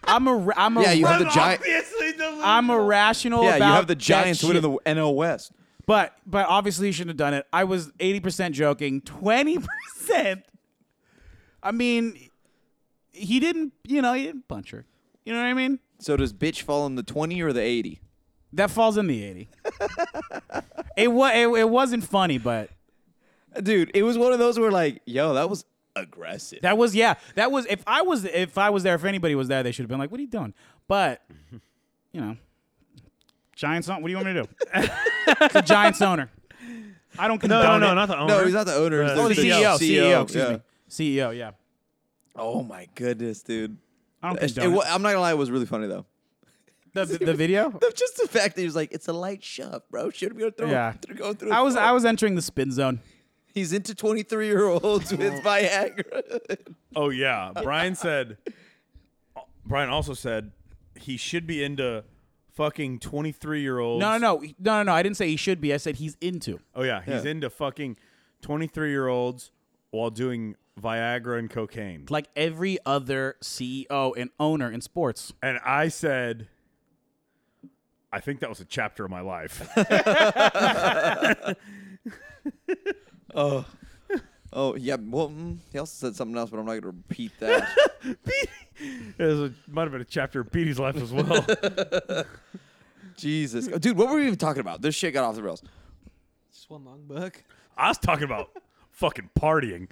S2: I'm a I'm a
S3: Yeah, you have the Giants.
S1: Obviously, the
S2: I'm irrational
S3: Yeah, you
S2: about
S3: have the
S2: that
S3: Giants winning
S2: shit.
S3: the NL West.
S2: But but obviously you shouldn't have done it. I was eighty percent joking, twenty percent. I mean, he didn't. You know, he didn't punch her. You know what I mean?
S3: So does bitch fall in the twenty or the eighty?
S2: That falls in the eighty. *laughs* it was it, it wasn't funny, but
S3: Dude, it was one of those where like, yo, that was aggressive.
S2: that was yeah. That was if I was if I was there if anybody was there they should have been like, what are you doing? But you know, Giants. own- What do you want me to do? It's the Giants owner. I don't
S1: no,
S2: condone
S1: no, no,
S2: it.
S1: not the owner.
S3: no, he's not the E owner. he's
S1: Uh,
S2: Oh, the
S1: CEO,
S2: CEO, CEO, excuse
S3: yeah.
S2: me, CEO. E Yeah,
S3: Oh my goodness, dude.
S2: I don't
S3: It,
S2: condone
S3: wa-
S2: it.
S3: I'm not gonna lie, it was really funny though. *laughs*
S2: The,
S1: *laughs*
S2: the video.
S3: Just the fact that he was like, "It's a light shove, bro. Should be through.
S2: Yeah.
S3: through going through."
S2: I was
S3: the-
S2: I was entering the spin zone.
S3: He's into 23 year
S2: *laughs*
S3: olds with Viagra. *laughs*
S1: Oh yeah, Brian said. Brian also said he should be into fucking twenty three year olds.
S2: No, no, no, no, no, no. I didn't say he should be. I said he's into.
S1: Oh yeah, he's
S3: Yeah.
S1: into fucking twenty three year olds while doing Viagra and cocaine.
S2: Like every other CEO and owner in sports.
S1: And I said, I think that was a chapter of my life. *laughs*
S3: oh. Oh yeah, well, mm, he also said something else, but I'm not gonna repeat
S2: *laughs*
S3: that.
S1: it was a, might have been a chapter of Petey's life as
S2: *laughs*
S1: well.
S3: Jesus, dude, what were we even talking about? This shit got off the rails.
S4: Just one long
S1: *laughs*
S4: book.
S1: I was talking about fucking partying.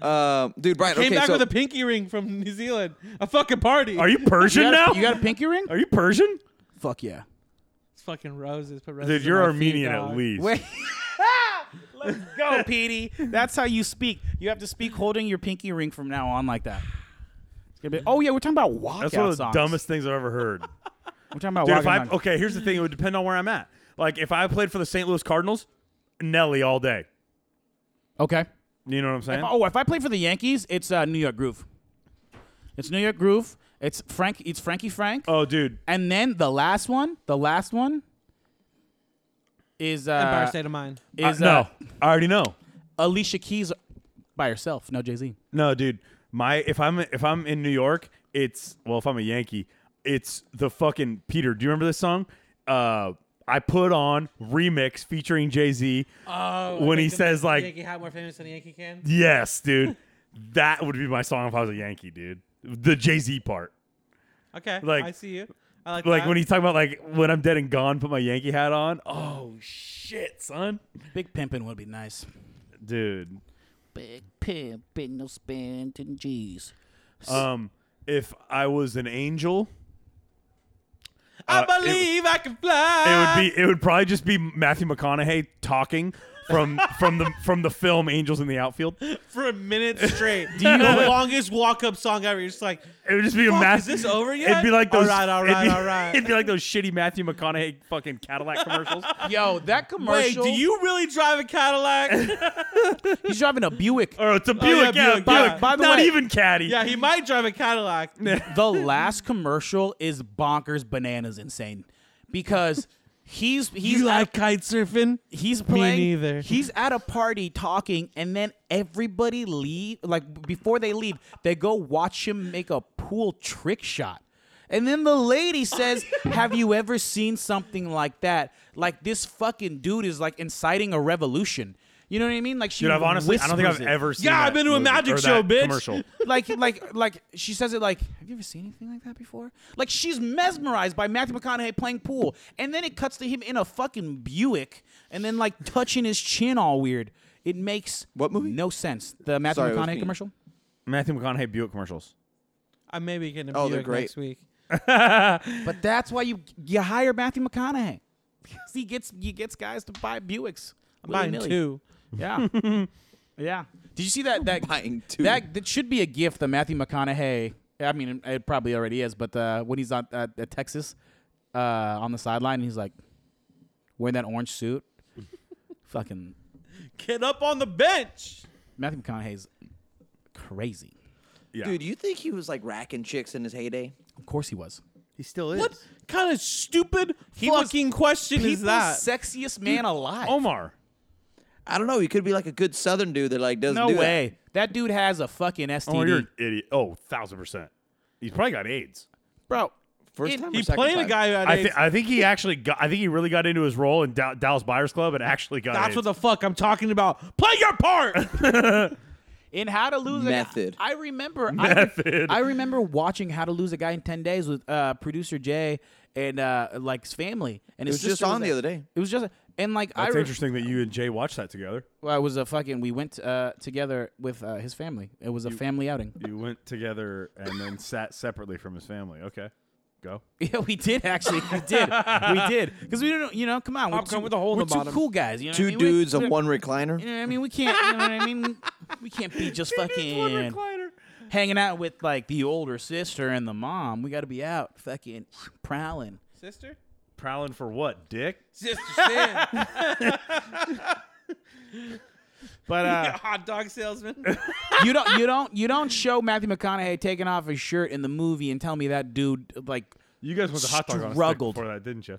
S3: Um, dude, Brian,
S4: Came
S3: okay,
S4: back
S3: so
S4: with a pinky ring from New Zealand. A fucking party.
S1: Are you Persian
S2: You
S1: now?
S2: got, a, you got a pinky ring?
S1: Are you Persian?
S2: Fuck yeah.
S4: It's fucking roses. Put roses
S1: Dude,
S4: on
S1: you're
S4: my
S1: Armenian
S4: feet,
S1: at
S4: dog.
S1: least.
S2: Wait. Let's go, Petey. That's how you speak. You have to speak holding your pinky ring from now on like that. It's gonna be. Oh yeah, we're talking about walkout
S1: That's one of the
S2: songs.
S1: dumbest things I've ever
S2: *laughs*
S1: heard.
S2: We're talking about
S1: Dude,
S2: walkout
S1: if I
S2: songs.
S1: okay, here's the thing. It would depend on where I'm at. Like if I played for the St. Louis Cardinals, Nelly all day.
S2: Okay.
S1: You know what I'm saying?
S2: Oh, if I play for the Yankees, it's uh, New York Groove. It's New York Groove. It's Frank. It's Frankie Frank.
S1: Oh, dude.
S2: And then the last one, the last one is
S4: Empire
S2: uh,
S4: State of Mind.
S1: I-
S2: is uh,
S1: no, I already know.
S2: Alicia Keys by herself, no Jay Z.
S1: No, dude. My if I'm if I'm in New York, it's well if I'm a Yankee, it's the fucking Peter. Do you remember this song? Uh, I put on remix featuring Jay Z.
S4: Oh,
S1: When he says, like-
S4: Yankee hat more famous than a Yankee
S1: *laughs*
S4: can.
S1: Yes, dude. that would be my song if I was a Yankee, dude. The Jay Z part.
S4: Okay,
S1: Like-
S4: I see you. I like,
S1: Like
S4: that.
S1: when he's talking about like when I'm dead and gone, put my Yankee hat on. Oh shit, son.
S2: Big pimpin' would be nice.
S1: Dude.
S2: Big pimp, big no spending G's.
S1: Um if I was an angel,
S4: I
S1: uh, it-
S4: believe I can
S1: it
S4: fly.
S1: would be it would probably just be Matthew McConaughey talking from from the from the film Angels in the Outfield. It
S4: for a minute
S1: *laughs*
S4: straight. Do you the longest walk up song ever? You're just like,
S1: would just be a
S4: Fuck,
S1: Matthew.
S4: is this over yet?
S1: It'd be like
S4: All
S1: those.
S4: right, all
S1: it'd
S4: right,
S1: be-
S4: all right.
S1: It'd be like those shitty Matthew McConaughey fucking Cadillac
S4: *laughs*
S1: commercials.
S2: Yo, that
S4: wait,
S2: commercial.
S4: do you really drive
S1: *laughs*
S4: a Cadillac?
S2: He's driving a Buick.
S1: or it's a Buick.
S4: Oh, yeah,
S1: yeah,
S4: Buick,
S1: Buick.
S4: yeah.
S2: By the
S1: Not
S2: way-
S1: even Caddy.
S4: yeah, he might drive
S1: *laughs*
S4: a Cadillac.
S2: the last commercial is bonkers, bananas, insane, because he's he's at a
S4: kite surfing?
S2: he's playing.
S4: neither.
S2: He's at a party talking, and then everybody leave. Like before they leave, they go watch him make a pool trick shot. And then the lady says, "Have you ever seen something like that? Like this fucking dude is like inciting a revolution. You know what I mean? Like she
S1: Dude, I've honestly, I don't think I've
S2: whispers it.
S1: ever seen.
S4: Yeah,
S1: that
S4: I've been to a
S1: movie,
S4: magic
S1: or
S4: show,
S1: that
S4: bitch.
S1: Commercial.
S2: like like like she says it like have you ever seen anything like that before like she's mesmerized by matthew mcconaughey playing pool and then it cuts to him in a fucking buick and then like touching his chin all weird it makes
S3: What movie?
S2: no sense the matthew
S3: Sorry, it was
S2: mcconaughey
S3: me.
S2: commercial
S1: Matthew McConaughey Buick commercials.
S4: I may be getting a
S3: Oh,
S4: oh,
S3: they're
S4: Buick
S3: great.
S4: next week.
S2: but that's why you you hire matthew mcconaughey 'Cause he gets he gets guys to buy buicks
S4: I'm buying
S2: willy-nilly.
S4: two.
S2: yeah Yeah. Did you see that? That
S3: *laughs* Buying two.
S2: That that should be a gift that Matthew McConaughey. I mean, it probably already is, but uh, when he's on at, at Texas uh, on the sideline, he's like wearing that orange suit. Fucking
S4: Get up on the bench.
S2: Matthew McConaughey's crazy.
S1: Yeah.
S3: Dude, you think he was like racking chicks in his heyday?
S2: Of course he was.
S1: he still is.
S4: What kind of stupid
S2: was
S4: fucking question is
S2: People's
S4: that?
S2: sexiest man alive.
S1: Omar.
S3: I don't know. He could be like a good Southern dude that like doesn't
S2: no
S3: do that.
S2: way. That dude has a fucking
S1: Omar, you're
S2: STD,
S1: an idiot. Oh, thousand percent. He's probably got AIDS.
S2: bro.
S3: First
S2: It-
S3: time or
S4: he
S3: second
S4: played a
S3: time?
S4: guy who had
S1: I,
S4: AIDS.
S1: thi- I think he actually got. I think he really got into his role in Dow- Dallas Buyers Club and actually got.
S4: That's
S1: AIDS. *laughs*
S4: what the fuck I'm talking about. Play your part.
S2: In How to Lose a
S3: Method.
S2: Guy, I remember. Method. I, remember watching How to Lose a Guy in Ten Days with uh, producer Jay and uh, like his family. And
S3: It
S2: his
S3: was just
S2: sister
S3: on the
S2: there.
S3: other day.
S2: It was just and like I,
S1: That's
S2: re-
S1: interesting that you and Jay watched that together.
S2: I was a fucking. We went uh, together with uh, his family. It was a family outing.
S1: You went together and then sat separately from his family. Okay, go.
S2: *laughs* Yeah, we did actually. We did. we
S4: *laughs*
S2: did because we didn't. You know, come on. We're
S4: Popcorn
S2: two,
S4: with a hole in
S2: we're
S4: the
S2: two
S4: bottom.
S2: cool guys. You know what I
S3: Two
S2: mean? We-
S3: dudes
S2: we-
S3: and one recliner.
S2: *laughs* You know what I mean? We can't. You know what I mean? We can't be just fucking hanging out with like the older sister and the mom. We got to be out fucking prowling.
S4: *laughs* Sister?
S1: Prowling for what? Dick.
S4: Sister *laughs* Sam.
S2: But
S4: *laughs*
S2: uh,
S4: hot dog salesman.
S2: you don't, you don't, you don't show Matthew McConaughey taking off his shirt in the movie and tell me that dude like
S1: You guys went to hot dog on a stick
S2: Struggled.
S1: before that, didn't you?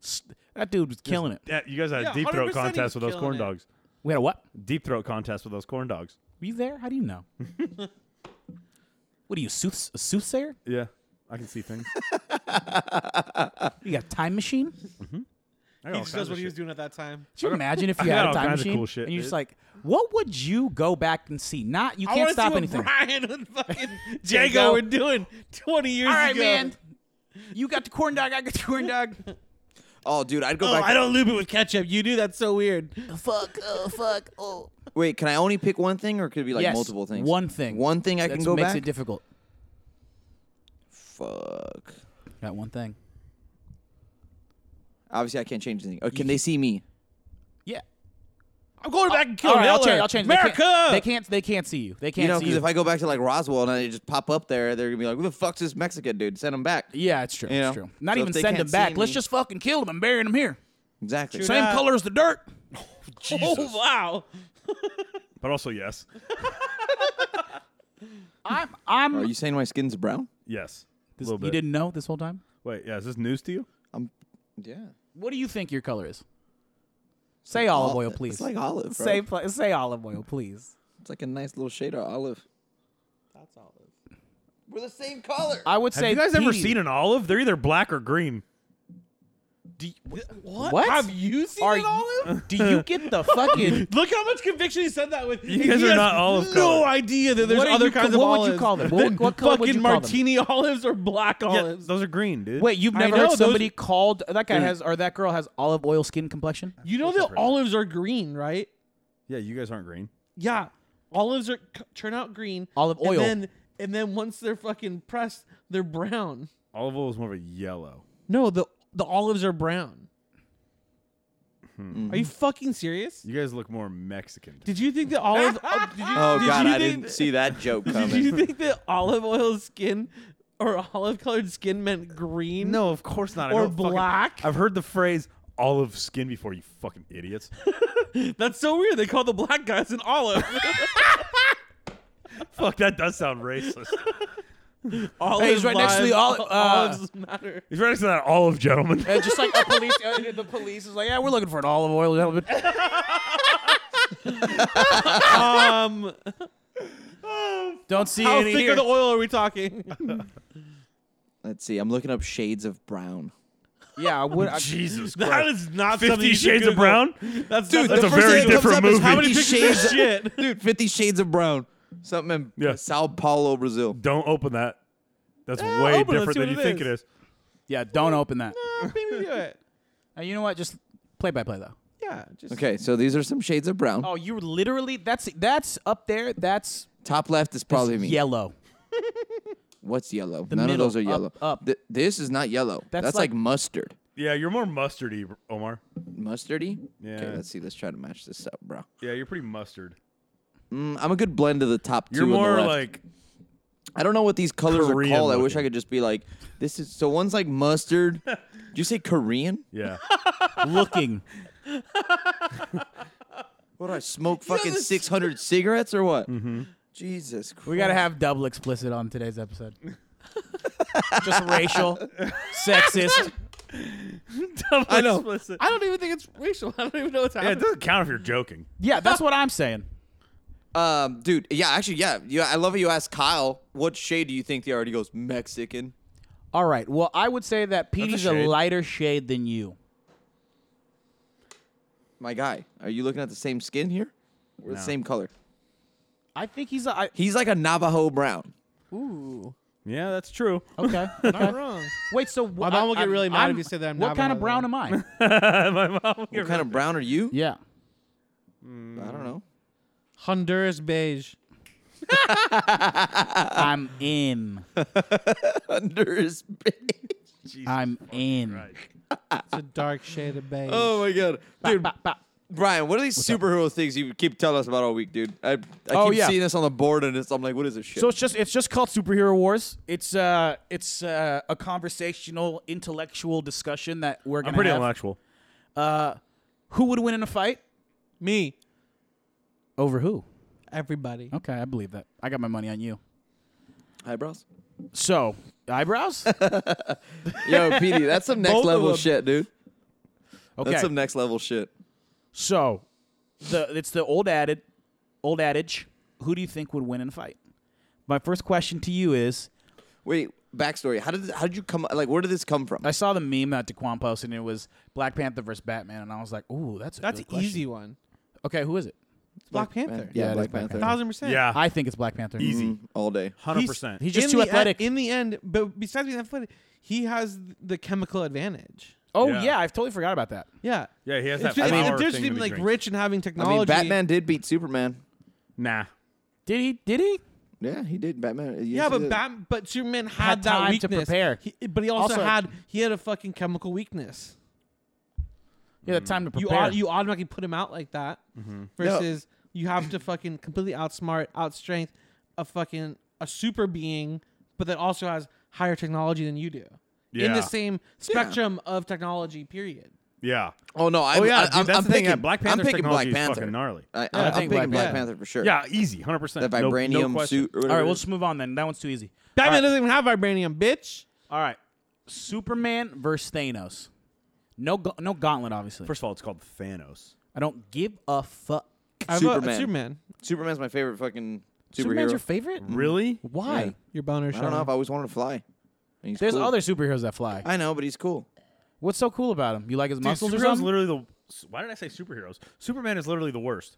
S2: st- that dude was killing it.
S1: Yeah, you guys had
S4: Yeah,
S1: a deep throat
S4: 100% he was
S1: contest with those
S4: killing
S1: corn
S4: it.
S1: dogs.
S2: We had a what?
S1: Deep throat contest with those corn dogs.
S2: Were you there? How do you know? what are you, sooth- a soothsayer?
S1: Yeah, I can see *laughs* things.
S2: You got a time machine?
S1: I got
S4: he
S1: all kinds
S4: just does
S1: of
S4: what he
S1: shit.
S4: was doing at that time.
S2: Could you imagine if
S1: I
S4: *laughs*
S2: you
S1: got
S2: had a
S1: all
S2: time
S1: kinds of
S2: machine
S1: cool shit,
S2: and you're just
S1: dude.
S2: like, what would you go back and see? Not you
S4: I
S2: can't
S4: wanna see
S2: stop
S4: what
S2: anything.
S4: Brian and *laughs* fucking
S2: Jago.
S4: Jago were doing 20 years
S2: All right,
S4: ago.
S2: man. You got the corn dog. I got the corn
S3: *laughs*
S2: dog.
S3: Oh, dude, I'd go
S4: Oh,
S3: back.
S4: I don't lube it with ketchup. You do. That's so weird.
S2: fuck. Oh, fuck. Oh.
S3: Wait, can I only pick one thing, or could it be like
S2: yes.
S3: multiple things?
S2: One thing.
S3: One thing I
S2: That's
S3: can
S2: what
S3: go
S2: makes
S3: back.
S2: it difficult.
S3: Fuck.
S2: Got one thing.
S3: Obviously, I can't change anything. Oh, can they see me?
S2: Yeah.
S4: I'm going back and killing
S2: All right, I'll
S4: Hitler.
S2: change. I'll change. They can't-
S4: America.
S2: They can't. They can't see you. They can't
S3: you know,
S2: see
S3: because
S2: you.
S3: if I go back to like Roswell and I just pop up there, they're gonna be like, "Who the fuck's this Mexican dude? Send him back."
S2: yeah, it's true.
S3: You
S2: It's
S3: know,
S2: true. Not
S3: so if
S2: even
S3: they
S2: send them
S3: can't
S2: back.
S3: see
S2: Let's
S3: me-
S2: just fucking kill them and bury them here.
S3: Exactly.
S4: Shoot.
S2: Same
S4: Yeah.
S2: color as the
S3: *laughs*
S2: dirt. *laughs*
S4: Oh wow.
S1: But also yes,
S2: I'm.
S3: Are
S2: I'm.
S3: you saying my skin's brown?
S1: yes. A
S2: This-
S1: little bit.
S2: you didn't know this whole time.
S1: Wait, yeah. Is this news to you?
S3: I'm. Yeah.
S2: What do you think your color is? Say olive oil, please.
S3: It's like olive. Bro.
S2: say pl- say olive oil, please.
S3: It's like a nice little shade of olive.
S4: That's all.
S3: We're the same color.
S2: I would
S1: Have
S2: say.
S1: you guys ever
S2: pea.
S1: seen an olive? They're either black or green.
S4: What?
S2: What?
S4: Have you seen
S2: Are
S4: an
S2: you- *laughs*
S4: olive?
S2: Do you get the
S3: *laughs*
S2: fucking?
S4: Look how much conviction he said that with. You
S1: guys are not olive
S4: No
S1: colored.
S4: idea that there's
S2: What are
S4: other
S2: you-
S4: kinds of
S2: what
S4: olives.
S2: would you call them? What- what color
S4: fucking
S2: would you call them?
S4: martini olives or black olives?
S1: those are green, dude.
S2: Wait, you've
S4: I
S2: never
S4: know,
S2: heard
S4: those-
S2: somebody called that guy has or that girl has olive oil skin complexion?
S4: you know that olives are green, right?
S1: Yeah, you guys aren't green.
S4: Yeah, olives are c- turn out green.
S2: Olive oil.
S4: And then, and then once they're fucking pressed, they're brown.
S1: Olive oil is more of a yellow.
S4: No, the the olives are brown. Are you fucking serious?
S1: You guys look more Mexican.
S4: Did you *laughs* think that olive? oh, did you,
S3: oh
S4: did
S3: God,
S4: you
S3: I
S4: think-
S3: didn't see that joke
S4: Did
S3: coming.
S4: you think that olive oil skin or olive colored skin meant green?
S1: No, of course not. I
S4: Or
S1: don't fucking-
S4: black?
S1: I've heard the phrase olive skin before, you fucking
S4: *laughs*
S1: idiots.
S4: That's so weird. They call the black guys an *laughs* olive.
S1: Fuck, that does sound racist.
S4: olives
S2: he's right next to the
S4: lives,
S2: oli- uh,
S4: olives matter.
S1: *laughs* He's right next to that olive gentleman.
S2: Uh, just like the police, uh, the police is like, yeah, we're looking for an olive oil gentleman.
S4: Um,
S2: Don't see
S4: how
S2: any
S4: thick
S2: here.
S4: of the oil are we talking? *laughs*
S3: Let's see. I'm looking up shades of brown.
S2: yeah, I would.
S1: *laughs*
S2: I,
S1: Jesus
S4: that
S1: Christ.
S4: is not something
S1: Fifty
S4: you should
S1: Shades of
S4: Google.
S1: Brown?
S4: *laughs* That's
S3: Dude,
S1: That's
S4: not
S3: the
S1: a
S3: first
S1: very
S3: thing that comes
S1: different
S3: up is
S1: movie.
S3: how many
S4: Fifty
S3: shades
S4: Shades of *laughs* shit.
S3: Dude, Fifty Shades of Brown. Something in
S1: Yeah.
S3: Sao Paulo, Brazil.
S1: Don't open that. That's
S4: Yeah,
S1: way
S4: Eh, open it,
S1: different
S4: see
S1: than
S4: what
S1: you
S4: it
S1: think
S4: is.
S1: it is.
S2: yeah, don't open that.
S4: Oh, maybe do it.
S2: Uh, you know what? Just play by play though.
S4: Yeah. Just
S3: Okay, so these are some shades of brown.
S2: Oh, you literally. That's that's up there. That's
S3: Top left is probably me.
S2: yellow.
S3: What's yellow? None
S2: middle,
S3: of those are
S2: up,
S3: yellow.
S2: up.
S3: Th- this is not yellow.
S2: That's
S3: That's, like,
S2: like-
S3: mustard.
S1: Yeah, you're more mustardy, Omar.
S3: Mustardy?
S1: Yeah.
S3: Okay, let's see. Let's try to match this up, bro.
S1: Yeah, you're pretty mustard.
S3: Mm, I'm a good blend of the top two.
S1: You're
S3: on the
S1: more
S3: left.
S1: like
S3: I don't know what these colors
S1: Korean
S3: are called. I wish
S1: looking.
S3: I could just be like, this is so one's
S1: *laughs*
S3: like mustard. Did you say Korean?
S4: *laughs*
S1: yeah.
S2: looking.
S3: What do *laughs* I smoke? Fucking 600 cigarettes or what? Jesus Christ.
S2: Mm-hmm. We gotta have double explicit on today's episode. Just racial, sexist.
S1: Double
S3: I know.
S1: explicit.
S4: I don't even think it's racial. *laughs* I don't even know what's
S1: Yeah, it
S4: happening.
S1: doesn't count if you're joking.
S2: Yeah, that's what I'm saying.
S3: Um, dude, yeah, actually, yeah. You, I love how you asked Kyle, what shade do you think the already goes? Mexican.
S2: All right. Well, I would say that Petey's a,
S1: shade.
S2: lighter shade than you.
S3: My guy, are you looking at the same skin here? We're the
S1: No.
S3: same color.
S2: I think he's a. I,
S3: He's like a Navajo brown.
S4: Ooh,
S1: Yeah, that's true.
S2: *laughs* okay.
S4: not wrong.
S2: Wait. So wh-
S4: My mom will get
S2: I'm-
S4: really mad
S2: I'm-
S4: if you say that I'm
S2: what
S4: not
S2: kind of
S4: Navajo.
S2: brown am I?
S1: My mom.
S3: What kind of brown are you?
S2: *laughs* yeah. Mm.
S3: I don't know.
S4: Honduras beige.
S2: I'm in.
S3: Under
S2: *laughs*
S3: his beige.
S2: I'm in.
S1: Right.
S4: It's a dark shade of beige.
S3: Oh my god, dude,
S2: Ba- ba-
S3: Brian, what are these superhero things you keep telling us about all week, dude? I, I
S2: Oh,
S3: keep
S2: yeah.
S3: seeing this on the board, and it's, I'm like, what is this shit?
S2: So it's just it's just called superhero wars. It's uh it's uh, a conversational intellectual discussion that we're gonna
S1: I'm pretty
S2: have.
S1: intellectual.
S2: Who would win in a fight?
S4: Me,
S2: Over who?
S4: everybody.
S2: Okay, I believe that. I got my money on you.
S3: Eyebrows.
S2: So
S1: *laughs*
S2: eyebrows.
S3: Yo, PD,
S2: *laughs*
S3: that's some next
S2: Both of
S3: level
S2: them.
S3: shit, dude.
S2: Okay.
S3: That's some next level shit.
S2: so the it's the old adage, old adage. Who do you think would win in a fight? My first question to you is:
S3: Wait, backstory. How did how did you come? Like, where did this come from?
S2: I saw the meme that Daquan posted, and it was Black Panther versus Batman, and I was like, "Ooh, that's a
S4: That's
S2: good
S4: an
S2: question.
S4: easy one.
S2: Okay, who is it?
S4: It's Black Panther.
S3: Yeah,
S2: Yeah, it
S3: Black
S2: is Black
S3: Panther. Mm,
S4: Thousand percent.
S1: Yeah,
S2: I think it's Black Panther.
S1: easy,
S3: All day.
S1: hundred percent.
S2: He's just
S4: Mm. in
S2: too
S4: the e-
S2: athletic.
S4: in the end, but besides being athletic, he has the chemical advantage.
S2: oh
S1: Yeah.
S2: yeah. I've totally forgot about that.
S4: Yeah.
S1: Yeah, he has
S4: It's,
S1: that.
S4: it's
S1: power
S4: the difference
S1: thing that
S4: between
S1: he
S4: like
S1: drinks.
S4: rich and having
S3: I
S4: technology.
S3: mean, Batman did beat Superman.
S1: Nah,
S2: Did he? Did he?
S3: Yeah, he did. Batman. yes,
S4: Yeah,
S3: he
S4: but
S3: did.
S4: Bat- but Superman had,
S2: Had
S4: that
S2: time to
S4: weakness.
S2: prepare.
S4: He, but he also,
S2: Also-
S4: had he had a fucking chemical weakness.
S2: Yeah,
S3: Mm.
S2: the time to
S4: You
S2: prepare.
S4: au- you automatically put him out like that. Versus you have to fucking completely outsmart, outstrength a fucking a super being, but that also has higher technology than you do. In
S1: Yeah.
S4: the same spectrum of technology, period.
S1: yeah.
S3: Oh no! I,
S1: Oh yeah,
S3: I,
S1: dude,
S3: I'm,
S1: that's
S3: I'm
S1: the thing.
S3: picking
S1: yeah, Black Panther's
S3: I'm picking
S1: technology
S3: Black
S1: is
S3: Panther.
S1: fucking gnarly.
S3: I, I,
S2: Yeah, I
S3: am
S2: think
S3: picking
S2: Black
S3: Black
S4: Panther.
S3: Panther for sure.
S1: Yeah, easy, hundred percent.
S3: that vibranium
S1: no, no question.
S3: suit. Or
S2: All
S3: whatever
S2: right,
S3: it
S2: well,
S3: is.
S2: let's move on then. That one's too easy.
S4: Batman
S2: All right.
S4: doesn't even have vibranium, bitch.
S2: All right, Superman versus Thanos. No, ga- no gauntlet, obviously.
S1: First of all, it's called Thanos.
S2: I don't give a fuck.
S4: I vote
S3: Superman.
S4: Superman.
S3: Superman's my favorite fucking superhero.
S2: Superman's your favorite?
S1: Really?
S2: Why?
S3: Yeah.
S4: Your boner.
S3: I don't know. I've always wanted to fly. And he's
S2: There's
S3: cool.
S2: other superheroes that fly.
S3: I know, but he's cool.
S2: What's so cool about him? You like his
S1: Dude,
S2: muscles or
S1: Superman's
S2: something?
S1: literally the. Why did I say superheroes? Superman is literally the worst.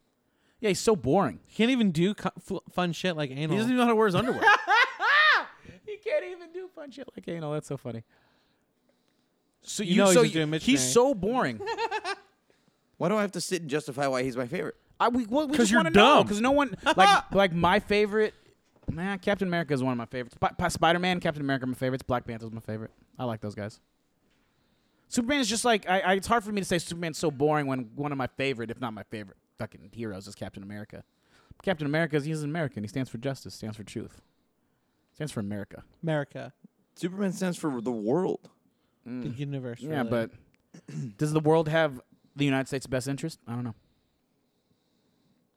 S2: yeah, he's so boring.
S4: Can't even do co- fu- fun shit like anal.
S1: He doesn't even know how to wear his
S3: *laughs*
S1: underwear.
S2: He can't even do fun shit like anal. That's so funny. So you,
S4: know he's
S2: so
S4: just doing
S2: you, he's
S4: missionary.
S2: so boring.
S3: Why do I have to sit and justify why he's my favorite?
S2: *laughs* I we well, we
S1: 'Cause
S2: just
S1: you're
S2: want to know
S1: dumb.
S2: because no *laughs* one like like my favorite. Man, Captain America is one of my favorites. Sp- Spider Man, Captain America, are my favorites. Black Panther's my favorite. I like those guys. Superman is just like I, I. It's hard for me to say Superman's so boring when one of my favorite, if not my favorite, fucking heroes is Captain America. Captain America is he's an American. He stands for justice. Stands for truth. Stands for America.
S4: America,
S3: Superman stands for the world.
S4: the
S3: Mm.
S4: universe.
S2: Yeah,
S4: really.
S2: but does the world have the United States' best interest? I don't know.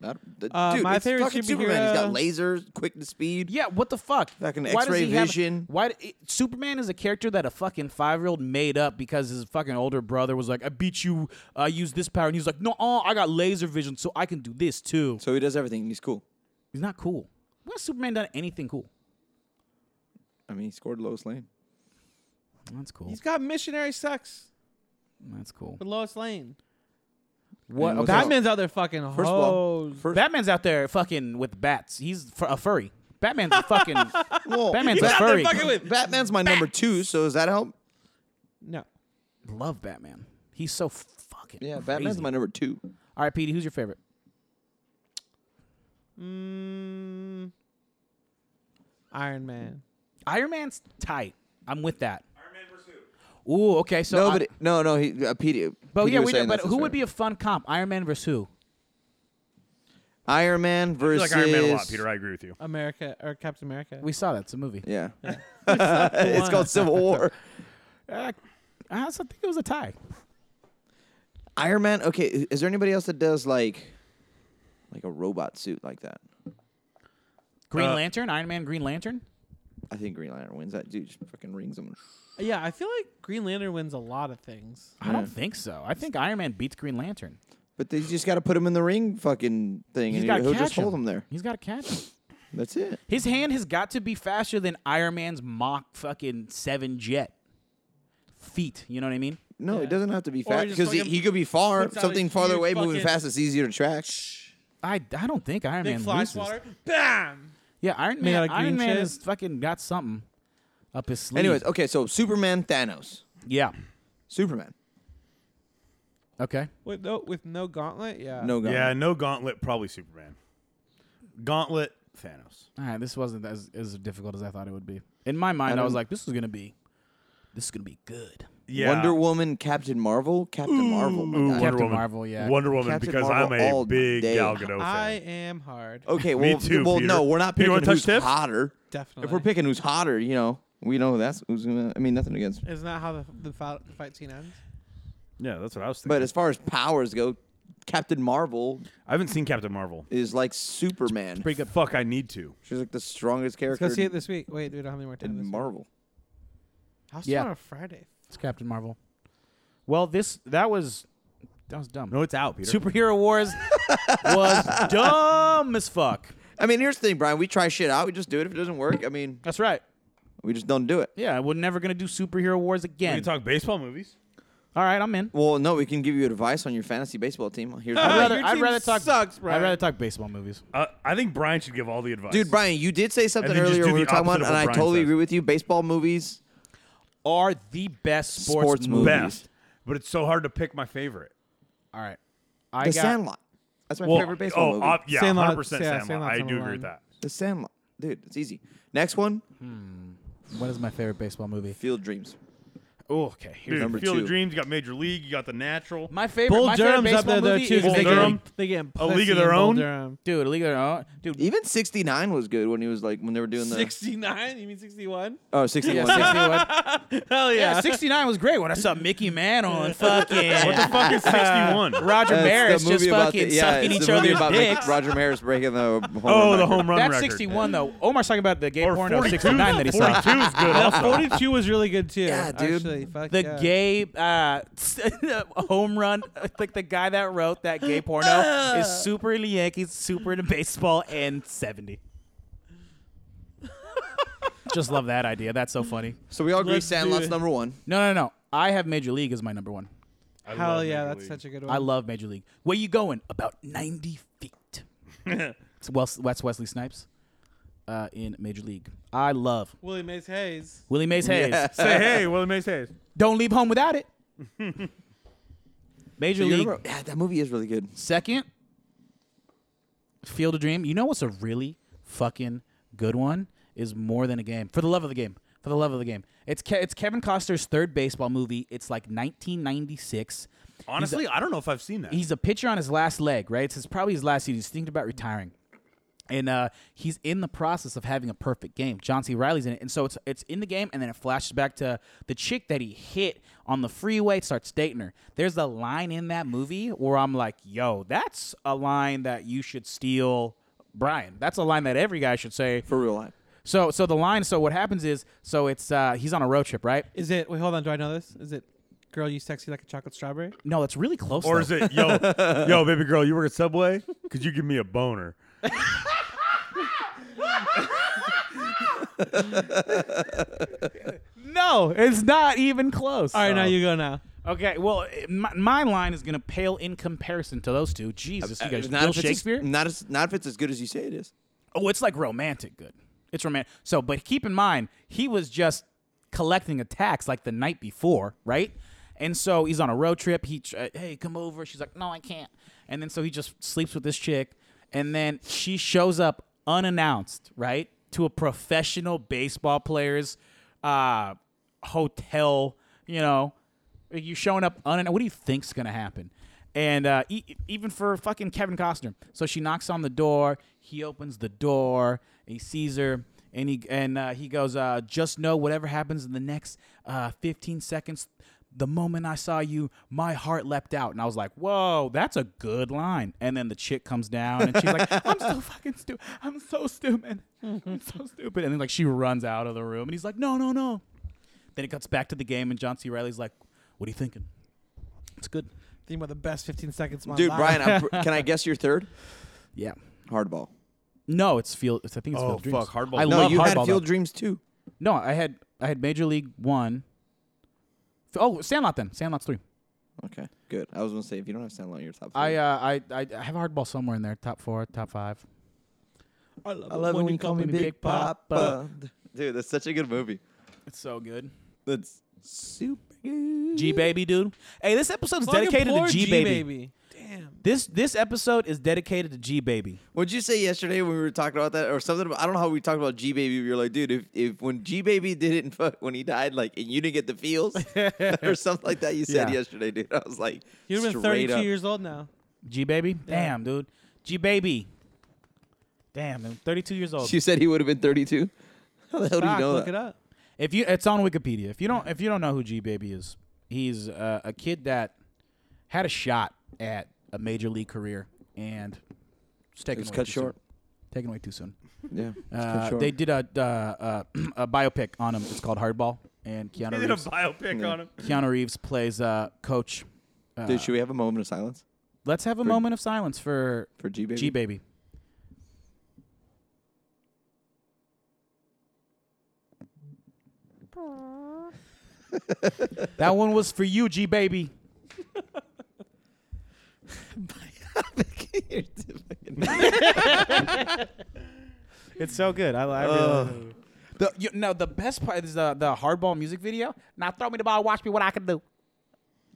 S3: Not, the,
S4: Uh,
S3: dude,
S4: my
S3: it's
S4: favorite
S3: fucking Superman. He's got
S4: superhero-
S3: lasers, quick to speed.
S2: Yeah, what the fuck?
S3: Fucking
S2: Why does
S3: X-ray
S2: he have-
S3: vision.
S2: why d- it- Superman is a character that a fucking five year old made up because his fucking older brother was like, "I beat you. I use this power," and he's like, "No, uh, I got laser vision, so I can do this too."
S3: So he does everything. and He's cool.
S2: He's not cool. When has Superman done anything cool?
S3: I mean, he scored Lois Lane.
S2: That's cool.
S4: he's got missionary sex
S2: That's cool.
S4: with Lois Lane.
S2: What? Oh,
S3: what's
S2: okay.
S3: up?
S4: Batman's out there fucking
S3: First of all,
S4: hoes.
S3: first,
S2: Batman's out there fucking with bats. He's fu- a furry. Batman's
S3: *laughs*
S2: a fucking.
S3: Whoa.
S2: Batman's
S3: Bat-
S2: a furry.
S3: Batman's my number two. So does that help?
S4: no,
S2: Love Batman. He's so fucking.
S3: Yeah, Batman's
S2: crazy.
S3: my number two.
S2: All right, Petey, who's your favorite?
S4: mm, Iron Man.
S2: Iron Man's tight. I'm with that. Ooh, okay. So
S3: no,
S2: I-
S3: but it- no, no. He, uh, Petey.
S2: But
S3: Petey
S2: yeah,
S3: was
S2: we
S3: saying
S2: did, but
S3: that's his
S2: who would
S3: favorite.
S2: be a fun comp? Iron Man versus who?
S3: Iron Man
S1: I
S3: versus
S1: like Iron Man a lot, Peter. I agree with you.
S4: America or Captain America.
S2: We saw that. It's a movie. *laughs*
S3: Yeah, *laughs* it's called Civil War.
S2: Uh, I also think it was a tie.
S3: Iron Man. Okay, i- is there anybody else that does like like a robot suit like that?
S2: Green
S1: Uh,
S2: Lantern, Iron Man, Green Lantern.
S3: I think Green Lantern wins that. Dude just fucking rings him.
S4: yeah, I feel like Green Lantern wins a lot of things.
S2: I don't think so. I think Iron Man beats Green Lantern.
S3: But they just got to put him in the ring, fucking thing,
S2: He's
S3: and
S2: got to
S3: he'll
S2: catch
S3: just hold him there.
S2: He's got to catch him.
S3: That's it.
S2: His hand has got to be faster than Iron Man's Mach fucking seven jet feet. You know what I mean?
S3: No, it
S4: Yeah.
S3: doesn't have to be
S4: Or
S3: fast
S4: he just
S3: because he,
S4: fucking
S3: he could be far,
S4: puts out a
S3: something farther
S4: huge
S3: away, moving
S4: fucking-
S3: fast. It's easier to track.
S2: I, I don't think Iron
S4: Big
S2: Man
S4: fly
S2: loses.
S4: swatter. Bam.
S2: Yeah, Iron
S4: Made
S2: Man.
S4: out of green
S2: Iron Man
S4: shit?
S2: has fucking got something up his sleeve.
S3: Anyways, oh. okay, so Superman, Thanos,
S2: yeah.
S3: Superman,
S2: Okay.
S4: With no with no gauntlet. Yeah.
S3: no gun.
S1: Yeah, no gauntlet, probably Superman. Gauntlet, Thanos.
S2: All right. This wasn't as as difficult as I thought it would be. In my mind, I, was
S3: don't-
S2: like, this is gonna be, this is gonna be good.
S1: Yeah.
S3: Wonder Woman, Captain Marvel, Captain Marvel. my
S1: Ooh,
S3: God.
S2: Captain Marvel, yeah.
S1: Wonder Woman,
S3: Captain
S1: because
S3: Marvel
S1: I'm
S3: all
S1: a big
S3: day.
S1: Gal Gadot fan.
S4: I am hard.
S3: Okay,
S1: Me
S3: well,
S1: too,
S3: well, no,
S1: Peter.
S3: we're not
S1: Peter, you
S3: picking
S1: wanna touch
S3: who's
S1: tips?
S3: hotter.
S4: Definitely.
S3: If we're picking who's hotter, you know, we know that's who's gonna. I mean, nothing against.
S4: Isn't that how the, the, fight, the fight scene ends?
S1: yeah, that's what I was thinking.
S3: But as far as powers go, Captain Marvel
S1: I haven't seen Captain Marvel.
S3: is like Superman.
S1: Pretty good. Fuck, I need to.
S3: She's like the strongest
S4: Let's go
S3: character
S4: see it this week. Wait, we don't have any more time.
S3: in
S4: This week.
S3: Marvel.
S4: How's
S2: Yeah.
S4: yeah. on a Friday?
S2: It's Captain Marvel. Well, this that was that was dumb.
S1: No, it's out, Peter.
S2: Superhero Wars was dumb as fuck.
S3: I mean, here's the thing, Brian. We try shit out. We just do it. If it doesn't work, I mean,
S2: That's right.
S3: we just don't do it.
S2: Yeah, we're never gonna do superhero wars
S1: we
S2: again.
S1: can talk baseball movies.
S2: All right, I'm in.
S3: Well, no, we can give you advice on your fantasy baseball team. Here's
S4: Ah,
S2: I'd rather,
S4: your
S2: I'd
S4: team
S2: rather talk.
S4: sucks,
S2: I'd
S4: Brian.
S2: rather talk baseball movies.
S1: Uh, I think Brian should give all the advice.
S3: Dude, Brian, you did say something
S1: then just
S3: earlier
S1: do
S3: when we
S1: the
S3: were talking about,
S1: opposite of
S3: and
S1: what
S3: I
S1: Brian
S3: totally
S1: says.
S3: agree with you. Baseball movies,
S2: Are the best sports,
S3: Sports
S2: movies.
S3: movie.
S1: best, but it's so hard to pick my favorite.
S2: All right, I
S3: The
S2: got.
S3: Sandlot. That's my
S1: Well,
S3: favorite baseball
S1: oh,
S3: movie.
S1: ob- yeah,
S4: Sandlot-
S1: 100%
S4: yeah,
S1: Sandlot.
S4: Sandlot's
S1: I
S4: on
S1: do
S4: the
S1: agree with
S4: line.
S1: that.
S3: the Sandlot, dude. It's easy. Next one,
S2: What is my favorite baseball movie?
S3: Field Dreams.
S2: Oh, okay. Here's
S1: Dude,
S3: number
S1: Field
S3: two.
S1: of Dreams, you got Major League, you got The Natural.
S2: my favorite.
S4: Bull
S2: my favorite
S4: Durham's
S2: baseball
S4: up there though
S2: movie
S4: too.
S2: is
S4: 'cause
S1: Bull
S4: they get-
S1: Durham.
S4: They get
S1: A League
S4: pussy
S1: of Their
S4: in Bull
S1: Own?
S4: Durham.
S2: Dude, League of Their Own. *laughs* Dude,
S3: Even 69 was good when he was like, when they were doing the.
S4: 69? You mean 61?
S3: oh, 61.
S2: yeah,
S4: Hell yeah.
S2: 69 was great when I saw Mickey Mantle and fucking
S1: What the fuck
S2: *laughs*
S1: is 61?
S2: Roger
S3: That's the
S2: Maris just
S3: movie about
S2: fucking
S3: the, yeah,
S2: sucking
S3: it's
S2: each
S3: the movie
S2: other's
S3: about Mick-
S2: dicks.
S3: Roger
S2: *laughs*
S3: Maris breaking the home run
S1: oh, the
S3: record.
S1: home run
S2: That's
S1: record.
S2: 61 though. Omar's talking about the gay
S1: Or
S2: porno
S1: 42.
S2: 69 that he
S1: 42
S2: saw.
S1: is good
S4: Yeah,
S1: also.
S4: 42 was really good too.
S3: Yeah, dude.
S4: Actually, fuck
S2: the
S4: yeah.
S2: gay *laughs* uh, home run, *laughs* like the guy that wrote that gay porno is super into Yankees, super into baseball, and *laughs* 70. Just love that idea. That's so funny.
S3: So we all agree
S4: Let's do
S3: Sandlot's
S4: it.
S3: number one.
S2: No, no, no. I have Major League as my number one.
S1: I
S4: Hell
S1: love
S4: yeah,
S1: Major
S4: that's
S1: League.
S4: such a good one.
S2: I love Major League. Where you going? About 90 feet. it's Wes- Wes Wesley Snipes uh, in Major League. I love
S4: Willie Mays Hayes.
S2: Willie Mays Hayes.
S1: *laughs* Say hey, Willie Mays Hayes.
S2: Don't leave home without it. Major
S3: Do you
S2: League.
S3: remember- Yeah, that movie is really good.
S2: Second, Field of Dream. You know what's a really fucking good one is more than a game. For the love of the game. For the love of the game. It's Ke- it's Kevin Costner's third baseball movie. It's like 1996.
S1: Honestly, I don't know if I've seen that.
S2: He's a pitcher on his last leg, right? It's his, probably his last season. He's thinking about retiring. And uh, he's in the process of having a perfect game. John C. Riley's in it, and so it's it's in the game, and then it flashes back to the chick that he hit on the freeway. Starts dating her. There's a line in that movie where I'm like, "Yo, that's a line that you should steal, Brian. That's a line that every guy should say."
S3: For real life.
S2: So so the line. So what happens is, so it's uh, he's on a road trip, right?
S4: Is it, wait, hold on. Do I know this? Is it Girl You Sexy Like a Chocolate Strawberry?
S2: No, it's really close.
S1: Or
S2: though.
S1: is it,
S2: *laughs*
S1: yo, yo, baby girl, you work at Subway? Could you give me a boner?
S2: No, it's not even close.
S4: All right, now you go now.
S2: Okay, well, it- my, my line is going to pale in comparison to those two. Jesus, you
S3: Uh,
S2: guys,
S3: not
S2: Bill
S3: if it's as-
S2: Shakespeare.
S3: not, as, not if it's as good as you say it is.
S2: oh, it's like romantic good. It's romantic. So, but keep in mind, he was just collecting attacks like the night before, right? And so he's on a road trip. He, tr- hey, come over. She's like, no, I can't. And then so he just sleeps with this chick, and then she shows up unannounced, right, to a professional baseball player's uh, hotel. You know, you're showing up unannounced. What do you think's gonna happen? and uh, e- even for fucking Kevin Costner. So she knocks on the door. He opens the door. He sees her, and he and uh, he goes, uh, "Just know whatever happens in the next uh, 15 seconds." The moment I saw you, my heart leapt out, and I was like, "Whoa, that's a good line." And then the chick comes down, and she's like, "I'm so fucking stupid. I'm so stupid. I'm so stupid." And then like she runs out of the room, and he's like, "No, no, no." Then it cuts back to the game, and John C. Riley's like, "What are you thinking?" It's good.
S4: Think about the best 15 seconds. Of my
S3: Dude,
S4: life.
S3: Brian, I'm, pr- can I guess your third?
S2: Yeah.
S3: Hardball.
S2: No, it's field. It's, I think it's
S1: Oh,
S2: field dreams.
S1: fuck, Hardball.
S2: I
S1: No,
S3: No,
S2: love
S3: you
S2: hardball.
S3: had Field
S2: though.
S3: Dreams too.
S2: no, I had I had Major League one. F- Oh, Sandlot then. Sandlot's three.
S3: Okay, good. I was gonna say if you don't have Sandlot, you're top.
S2: I
S3: three.
S2: uh, I I I have hardball somewhere in there. Top four, top five.
S4: I love,
S3: I love when you call me Big Papa. Dude, that's such a good movie.
S2: It's so good.
S3: That's super good.
S2: G baby, dude. Hey, this episode's dedicated to G baby.
S4: Damn.
S2: This this episode is dedicated to G baby.
S3: What'd you say yesterday when we were talking about that or something? About, I don't know how we talked about G Baby. You're like, dude, if, if when G Baby didn't fuck when he died, like, and you didn't get the feels or something like that, you said
S2: Yeah.
S3: yesterday, dude. I was like,
S4: You've been
S3: straight
S4: 32
S3: up.
S4: years old now.
S2: G baby. Damn, dude. G baby. Damn, I'm 32 years old.
S3: You said he would have been 32. *laughs* How the hell do you
S4: Fuck,
S3: know
S4: Ah, look
S3: that?
S4: it up.
S2: If you, it's on Wikipedia. If you don't, if you don't know who G Baby is, he's uh, a kid that had a shot at a major league career and it's taken
S3: It was
S2: away
S3: cut
S2: too
S3: short.
S2: Soon. Taken away too soon.
S3: Yeah,
S2: Uh, they did a uh, uh, *clears throat* a biopic on him. It's called Hardball, and
S1: They
S2: Keanu
S1: did a
S2: Reeves.
S1: biopic on him.
S2: Keanu Reeves plays uh, coach. Uh,
S3: dude, should we have a moment of silence
S2: let's have a
S3: for-
S2: moment of silence for
S3: for G Baby?
S2: G *laughs* Baby. that one was for you, G *laughs* Baby. It's so good. I, I really. The, you, no, the best part is the the hardball music video. Now throw me the ball, watch me what I can do.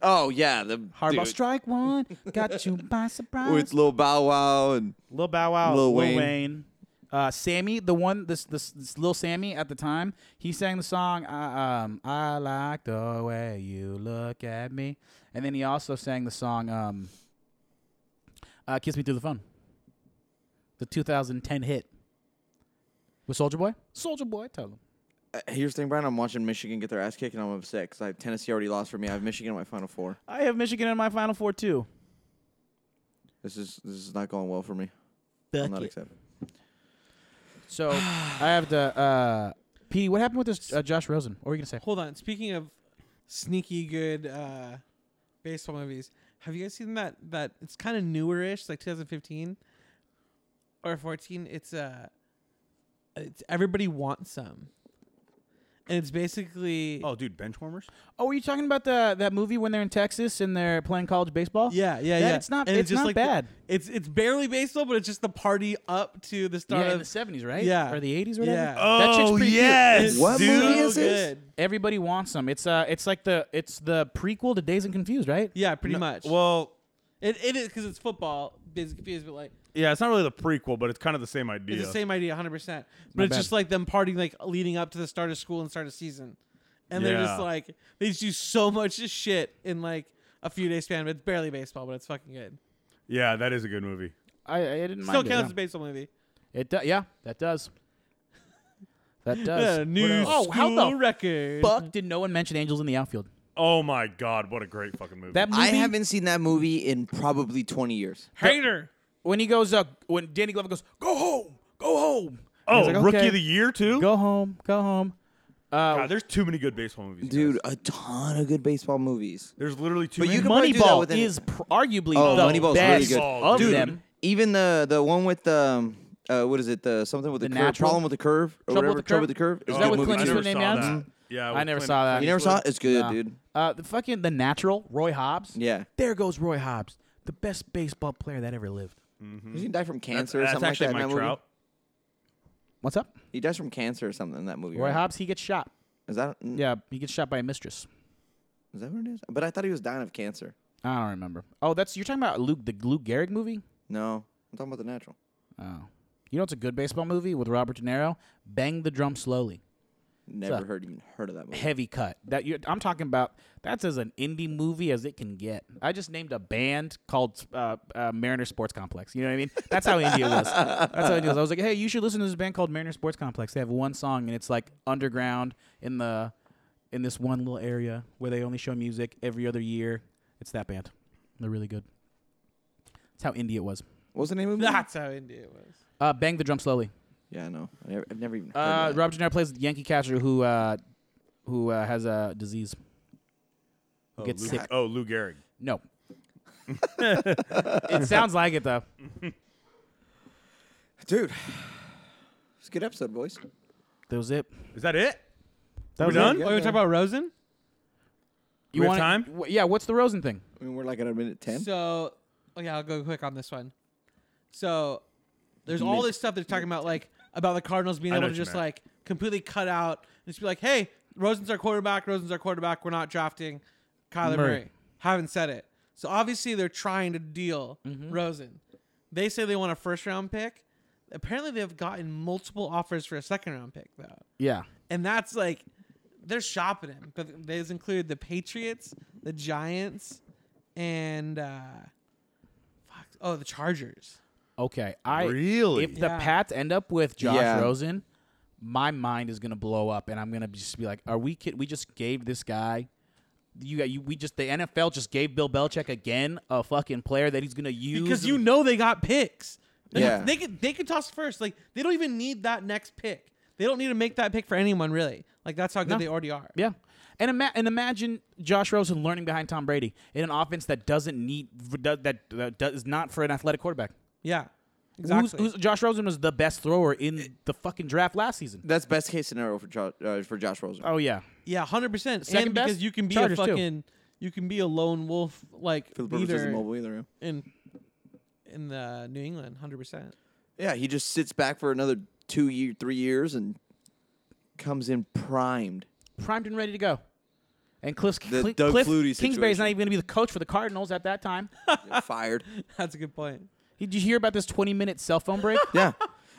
S3: oh yeah, the
S2: Hardball
S3: dude.
S2: strike one, got you *laughs* by surprise.
S3: with Lil Bow Wow and
S2: Lil Bow Wow,
S3: Lil
S2: Lil,
S3: Wayne.
S2: Wayne. Uh, Sammy, the one, this, this, this Lil Sammy at the time, he sang the song, I, um, I like the way you look at me. And then he also sang the song, um, uh, Kiss Me Through the Phone, the 2010 hit with Soldier Boy. Soldier Boy, tell him.
S3: Uh, here's the thing, Brian. I'm watching Michigan get their ass kicked, and I'm upset because I have Tennessee already lost for me. I have Michigan in my Final Four.
S2: I have Michigan in my Final Four, too.
S3: This is this is not going well for me. I'm not accepting.
S2: *sighs* So I have the, uh, P, what happened with this uh, Josh Rosen? What were you going to say?
S4: Hold on. Speaking of sneaky good uh, baseball movies, have you guys seen that? That it's kind of newerish, like 2015 or 14. It's uh, it's everybody wants some, and it's basically
S1: Oh, dude, benchwarmers.
S2: Oh, were you talking about the that movie when they're in Texas and they're playing college baseball?
S4: yeah, yeah,
S2: That
S4: yeah.
S2: it's not-
S4: And
S2: it's not
S4: the-
S2: bad.
S4: it's it's barely baseball, but it's just the party up to the start
S2: yeah, in
S4: of
S2: the seventies, right?
S4: Yeah.
S2: or the eighties, or whatever.
S4: Yeah.
S1: Oh,
S2: that chick's pretty cute.
S1: yes,
S3: What
S1: dude.
S3: movie
S4: So
S3: is this?
S4: good.
S2: Everybody wants them. It's uh, it's like the it's the prequel to Days and Confused, right?
S4: Yeah, pretty much.
S1: Well,
S4: It, it is because it's football. It's confused, but like
S1: yeah, it's not really the prequel, but it's kind of the same idea.
S4: it's the same idea, hundred percent. But
S2: Not
S4: it's
S2: bad.
S4: just like them partying, like leading up to the start of school and start of season, and they're just
S1: Yeah.
S4: like they just do so much shit in like a few days span. But it's barely baseball, but it's fucking good.
S1: Yeah, that is a good movie.
S2: I, I didn't
S4: Still
S2: mind
S4: counts as a
S2: it. yeah.
S4: baseball movie.
S2: It do- yeah, that does. That does.
S4: *laughs* Yeah,
S2: What
S4: new
S2: else? oh, how
S4: school
S2: the
S4: record.
S2: fuck did no one mention Angels in the Outfield?
S1: Oh my god, what a great fucking movie.
S2: That movie.
S3: I haven't seen that movie in probably 20 years.
S4: hater.
S2: When he goes up, when Danny Glover goes, go home, go home.
S1: oh,
S2: He's like,
S1: rookie
S2: okay,
S1: of the year too.
S2: Go home, go home.
S1: God, there's too many good baseball movies,
S3: Dude,
S1: guys.
S3: a ton of good baseball movies.
S1: There's literally too
S3: But
S1: many.
S3: you can probably do that
S2: Moneyball
S3: within-
S2: is pr- arguably
S3: Oh,
S2: the
S3: Moneyball's really
S2: best
S3: good.
S2: of
S1: Dude,
S2: them.
S3: Even the the one with the um, uh, what is it? The something with the,
S2: The
S3: curve,
S2: Natural?
S3: problem with the curve or
S2: Trouble with
S3: whatever.
S2: the
S3: Trouble
S2: Curve?
S3: with the curve. It's
S2: Is
S3: a
S2: that
S3: good
S2: with
S3: movie
S2: Clint
S1: I
S3: too.
S1: never
S2: Eastwood
S1: saw
S2: named
S1: that.
S2: Adams?
S1: Yeah,
S2: I
S1: with
S2: never
S1: Clint-
S2: saw that.
S1: Clint
S3: You never saw it?
S1: Eastwood.
S3: It's good,
S2: Nah.
S3: dude.
S2: Uh, the fucking the natural Roy Hobbs.
S3: Yeah.
S2: There goes Roy Hobbs, the best baseball player that ever lived. Mm-hmm.
S3: He died from
S1: That's,
S3: cancer or
S1: that's
S3: something
S1: actually
S3: like that. in
S1: Mike
S3: that movie?
S1: Trout.
S2: What's up?
S3: He dies from cancer or something in that movie.
S2: Roy
S3: right?
S2: Hobbs, he gets shot.
S3: Is that mm,
S2: Yeah, he gets shot by a mistress.
S3: is that what it is? But I thought he was dying of cancer.
S2: I don't remember. Oh, that's you're talking about Luke the Luke Gehrig movie?
S3: No, I'm talking about the natural.
S2: Oh. You know it's a good baseball movie with Robert De Niro? Bang the drum slowly.
S3: Never
S2: So-
S3: heard even heard of that movie.
S2: heavy cut. That you I'm talking about. That's as an indie movie as it can get. I just named a band called uh, uh, Mariner Sports Complex. You know what I mean? That's how indie it was. That's how indie it was. I was like, hey, you should listen to this band called Mariner Sports Complex. They have one song and it's like underground in the in this one little area where they only show music every other year. It's that band. They're really good. That's how indie it was.
S3: What was the name of it?
S4: That's how India was.
S2: Uh, bang the drum slowly.
S3: Yeah, I know. I never, I've never even heard
S2: Uh,
S3: of that.
S2: Robert De Niro plays the Yankee catcher who uh, who uh, has a disease.
S1: Oh,
S2: Get
S1: Lou,
S2: sick.
S1: oh, Lou Gehrig.
S2: No. it sounds like it though.
S3: Dude, it's a good episode, boys.
S2: That was it.
S1: Is that it?
S2: That
S1: We're
S2: was
S1: done?
S2: It.
S4: Oh, you talk about Rosen?
S1: We have time?
S2: w- yeah. What's the Rosen thing?
S3: I mean, we're like at a minute ten.
S4: So, oh yeah, I'll go quick on this one. So, there's all
S3: Mid-
S4: this stuff they're talking about, like about the Cardinals being
S1: I know
S4: able
S1: what
S4: to
S1: you
S4: just
S1: meant.
S4: like completely cut out and just be like, "Hey, Rosen's our quarterback. Rosen's our quarterback. We're not drafting
S2: Murray.
S4: Kyler Murray." Haven't said it. So obviously they're trying to deal Rosen. They say they want a first round pick. Apparently they've gotten multiple offers for a second round pick though.
S2: Yeah.
S4: And that's like they're shopping him. But these include the Patriots, the Giants, and uh fuck, oh the Chargers.
S2: Okay. I
S1: Really?
S2: If
S4: Yeah.
S2: the Pats end up with Josh
S3: Yeah.
S2: Rosen, my mind is gonna blow up, and I'm gonna just be like, "Are we? Kid- we just gave this guy." You, got- you, we just the NFL just gave Bill Belichick again a fucking player that he's gonna use
S4: Because you know they got picks. They,
S3: Yeah.
S4: they could they could toss first. Like they don't even need that next pick. They don't need to make that pick for anyone really. Like that's how good
S2: No.
S4: they already are.
S2: Yeah. And, ima- and imagine Josh Rosen learning behind Tom Brady in an offense that doesn't need that that, that is not for an athletic quarterback.
S4: Yeah.
S2: Who's-
S4: Exactly.
S2: who's- Josh Rosen was the best thrower in the fucking draft last season.
S3: That's best case scenario for jo- uh, for Josh Rosen.
S2: Oh yeah,
S4: yeah, hundred percent.
S2: Second
S4: And because
S2: best?
S4: you can be
S2: Chargers,
S4: a
S2: too.
S4: fucking you can be a lone wolf like
S3: Philip Rivers
S4: leader
S3: isn't mobile either. yeah.
S4: in in the New England, hundred percent. *laughs*
S3: Yeah, he just sits back for another two year, three years, and comes in primed.
S2: primed and ready to go. And Cliff's,
S3: The
S2: Cli-
S3: Doug
S2: Cliff
S3: Flutie
S2: Kingsbury's not
S3: situation.
S2: even going to be the coach for the Cardinals at that time. *laughs*
S3: fired.
S4: That's a good point.
S2: Did you hear about this 20 minute cell phone break?
S3: Yeah.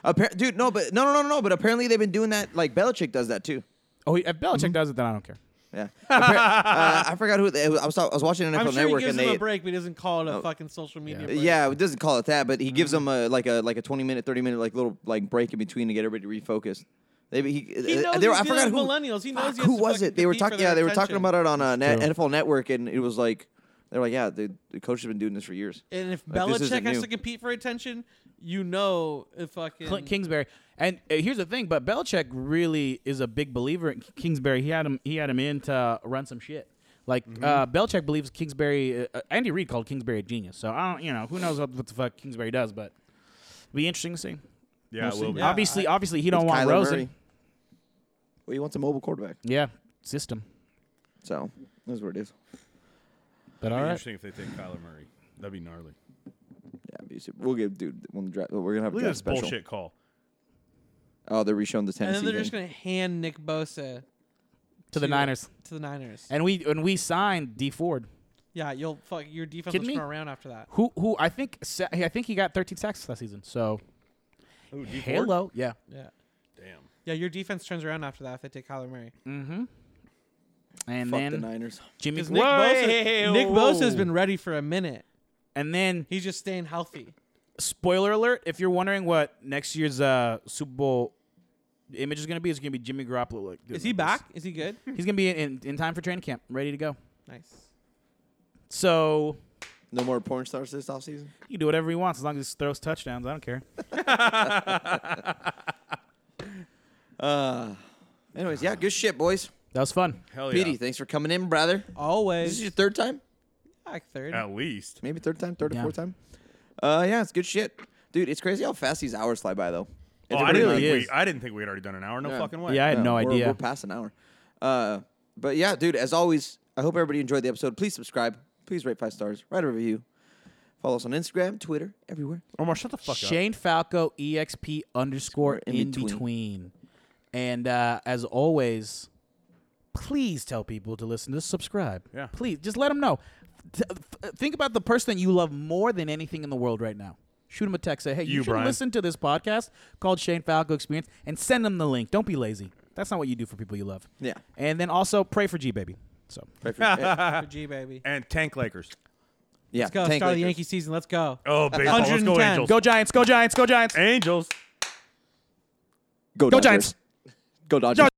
S3: Appar- dude, no, but no, no, no, no, no. But apparently they've been doing that. Like Belichick does that too.
S2: *laughs* oh, if Belichick does it, then I don't care.
S3: Yeah. Appar- uh, I forgot who. They, I was. I was watching NFL
S4: I'm sure he
S3: Network
S4: gives
S3: and
S4: them
S3: they. Oh,
S4: a break, but he doesn't call it a fucking social media. break.
S3: Yeah, it doesn't call it that, but he gives
S4: Mm-hmm.
S3: them a like a like a twenty minute, thirty minute like little like break in between to get everybody refocused. They, he,
S4: He knows
S3: uh, they were-
S4: he's
S3: I forgot
S4: dealing
S3: who
S4: with millennials. He knows
S3: fuck,
S4: he has
S3: who
S4: to
S3: was
S4: fucking
S3: it. They were
S4: compete for
S3: talking. Yeah,
S4: their
S3: they were talking
S4: attention.
S3: about it on uh, net,
S2: true.
S3: NFL Network, and it was like they were like, yeah, the, the coach has been doing this for years.
S4: And if
S3: Like, this
S4: Belichick
S3: isn't
S4: has
S3: new.
S4: to compete for attention, you know, if fucking
S2: Clint Kingsbury. And uh, here's the thing, but Belichick really is a big believer in K- Kingsbury. He had him. He had him in to run some shit. Like
S3: Mm-hmm.
S2: uh, Belichick believes Kingsbury. Uh, Andy Reid called Kingsbury a genius. So I don't. You know who knows what, what the fuck Kingsbury does, but it'll be interesting to see.
S1: yeah, it
S2: We'll
S1: will
S2: see.
S1: be.
S4: Yeah,
S2: obviously,
S4: I-
S2: obviously he don't want
S3: Kyler
S2: Rosen.
S3: Murray. Well, he wants a mobile quarterback,
S2: Yeah, system.
S3: so that's what it is.
S2: But
S1: It'd
S2: all
S1: be
S2: right.
S1: interesting if they take Kyler Murray. That'd be gnarly.
S3: Yeah, we should- we'll give dude one draft. We're gonna have a
S1: Look at
S3: draft
S1: this
S3: special.
S1: bullshit call.
S3: Oh, they're reshowing the
S4: and
S3: Tennessee.
S4: then they're
S3: thing.
S4: just gonna hand Nick Bosa
S2: to the
S4: to-
S2: Niners.
S4: to the Niners.
S2: And we and we signed D Ford,
S4: yeah, you'll fuck your defense will
S2: Kidding
S4: turn
S2: me?
S4: around after that.
S2: who who I think sa- I think he got 13 sacks last season. So
S1: Ooh, D Ford?
S2: hello, yeah.
S4: Yeah,
S1: Damn.
S4: yeah, your defense turns around after that if they take Kyler Murray.
S2: Mm-hmm. And
S3: Fuck
S2: then
S3: the Niners.
S2: Jimmy
S4: Because Nick Bosa, Nick Bosa has been ready for a minute.
S2: And then
S4: He's just staying healthy.
S2: spoiler alert: if you're wondering what next year's uh, Super Bowl image is going to be, it's going to be Jimmy Garoppolo. Like,
S4: Is he back? Is he good? *laughs*
S2: He's going to be in, in in time for training camp, ready to go.
S4: nice.
S2: So
S3: No more porn stars this offseason.
S2: he can do whatever he wants as long as he throws touchdowns. I don't care.
S3: Uh, anyways, yeah, good shit, boys.
S2: That was fun.
S1: Hell yeah.
S3: Petey, thanks for coming in, brother. This is
S4: Always
S3: your third time,
S4: back third.
S2: Oh.
S1: At least.
S3: maybe third time, third or
S2: Yeah.
S3: fourth time. Uh, yeah, it's good shit, dude. It's crazy how fast these hours fly by, though.
S1: Oh,
S3: It's
S1: I
S3: pretty
S1: didn't,
S2: really
S1: think
S2: is.
S1: we, I didn't think we had already done an hour. No
S3: Yeah.
S1: fucking way.
S2: Yeah, I had no
S3: we're-
S2: idea.
S3: We're past an hour. Uh, but yeah, dude, as always, I hope everybody enjoyed the episode. Please subscribe. Please rate five stars. Write a review. Follow us on Instagram, Twitter, everywhere.
S1: Omar, shut the fuck up.
S2: Shane Falco exp underscore
S3: In
S2: in,
S3: between.
S2: between. And uh, as always, please tell people to listen to subscribe.
S1: Yeah.
S2: Please just let them know. Th- th- think about the person that you love more than anything in the world right now. Shoot them a text. Say, hey, you,
S1: You,
S2: should
S1: Brian.
S2: listen to this podcast called Shane Falco Experience and send them the link. Don't be lazy. That's not what you do for people you love. *laughs*
S3: Yeah.
S2: And then also pray for G baby. So
S3: Pray for- yeah.
S4: For G baby.
S1: and tank Lakers.
S3: yeah,
S4: Let's go.
S3: tank
S4: Start of the
S3: Lakers.
S4: Yankee season. Let's go.
S1: Oh, baseball. Let's go
S4: 110.
S1: Angels.
S2: go Giants, go Giants, go Giants.
S1: Angels.
S3: Go,
S2: Go
S3: Dodgers.
S2: Giants.
S3: Go Dodgers.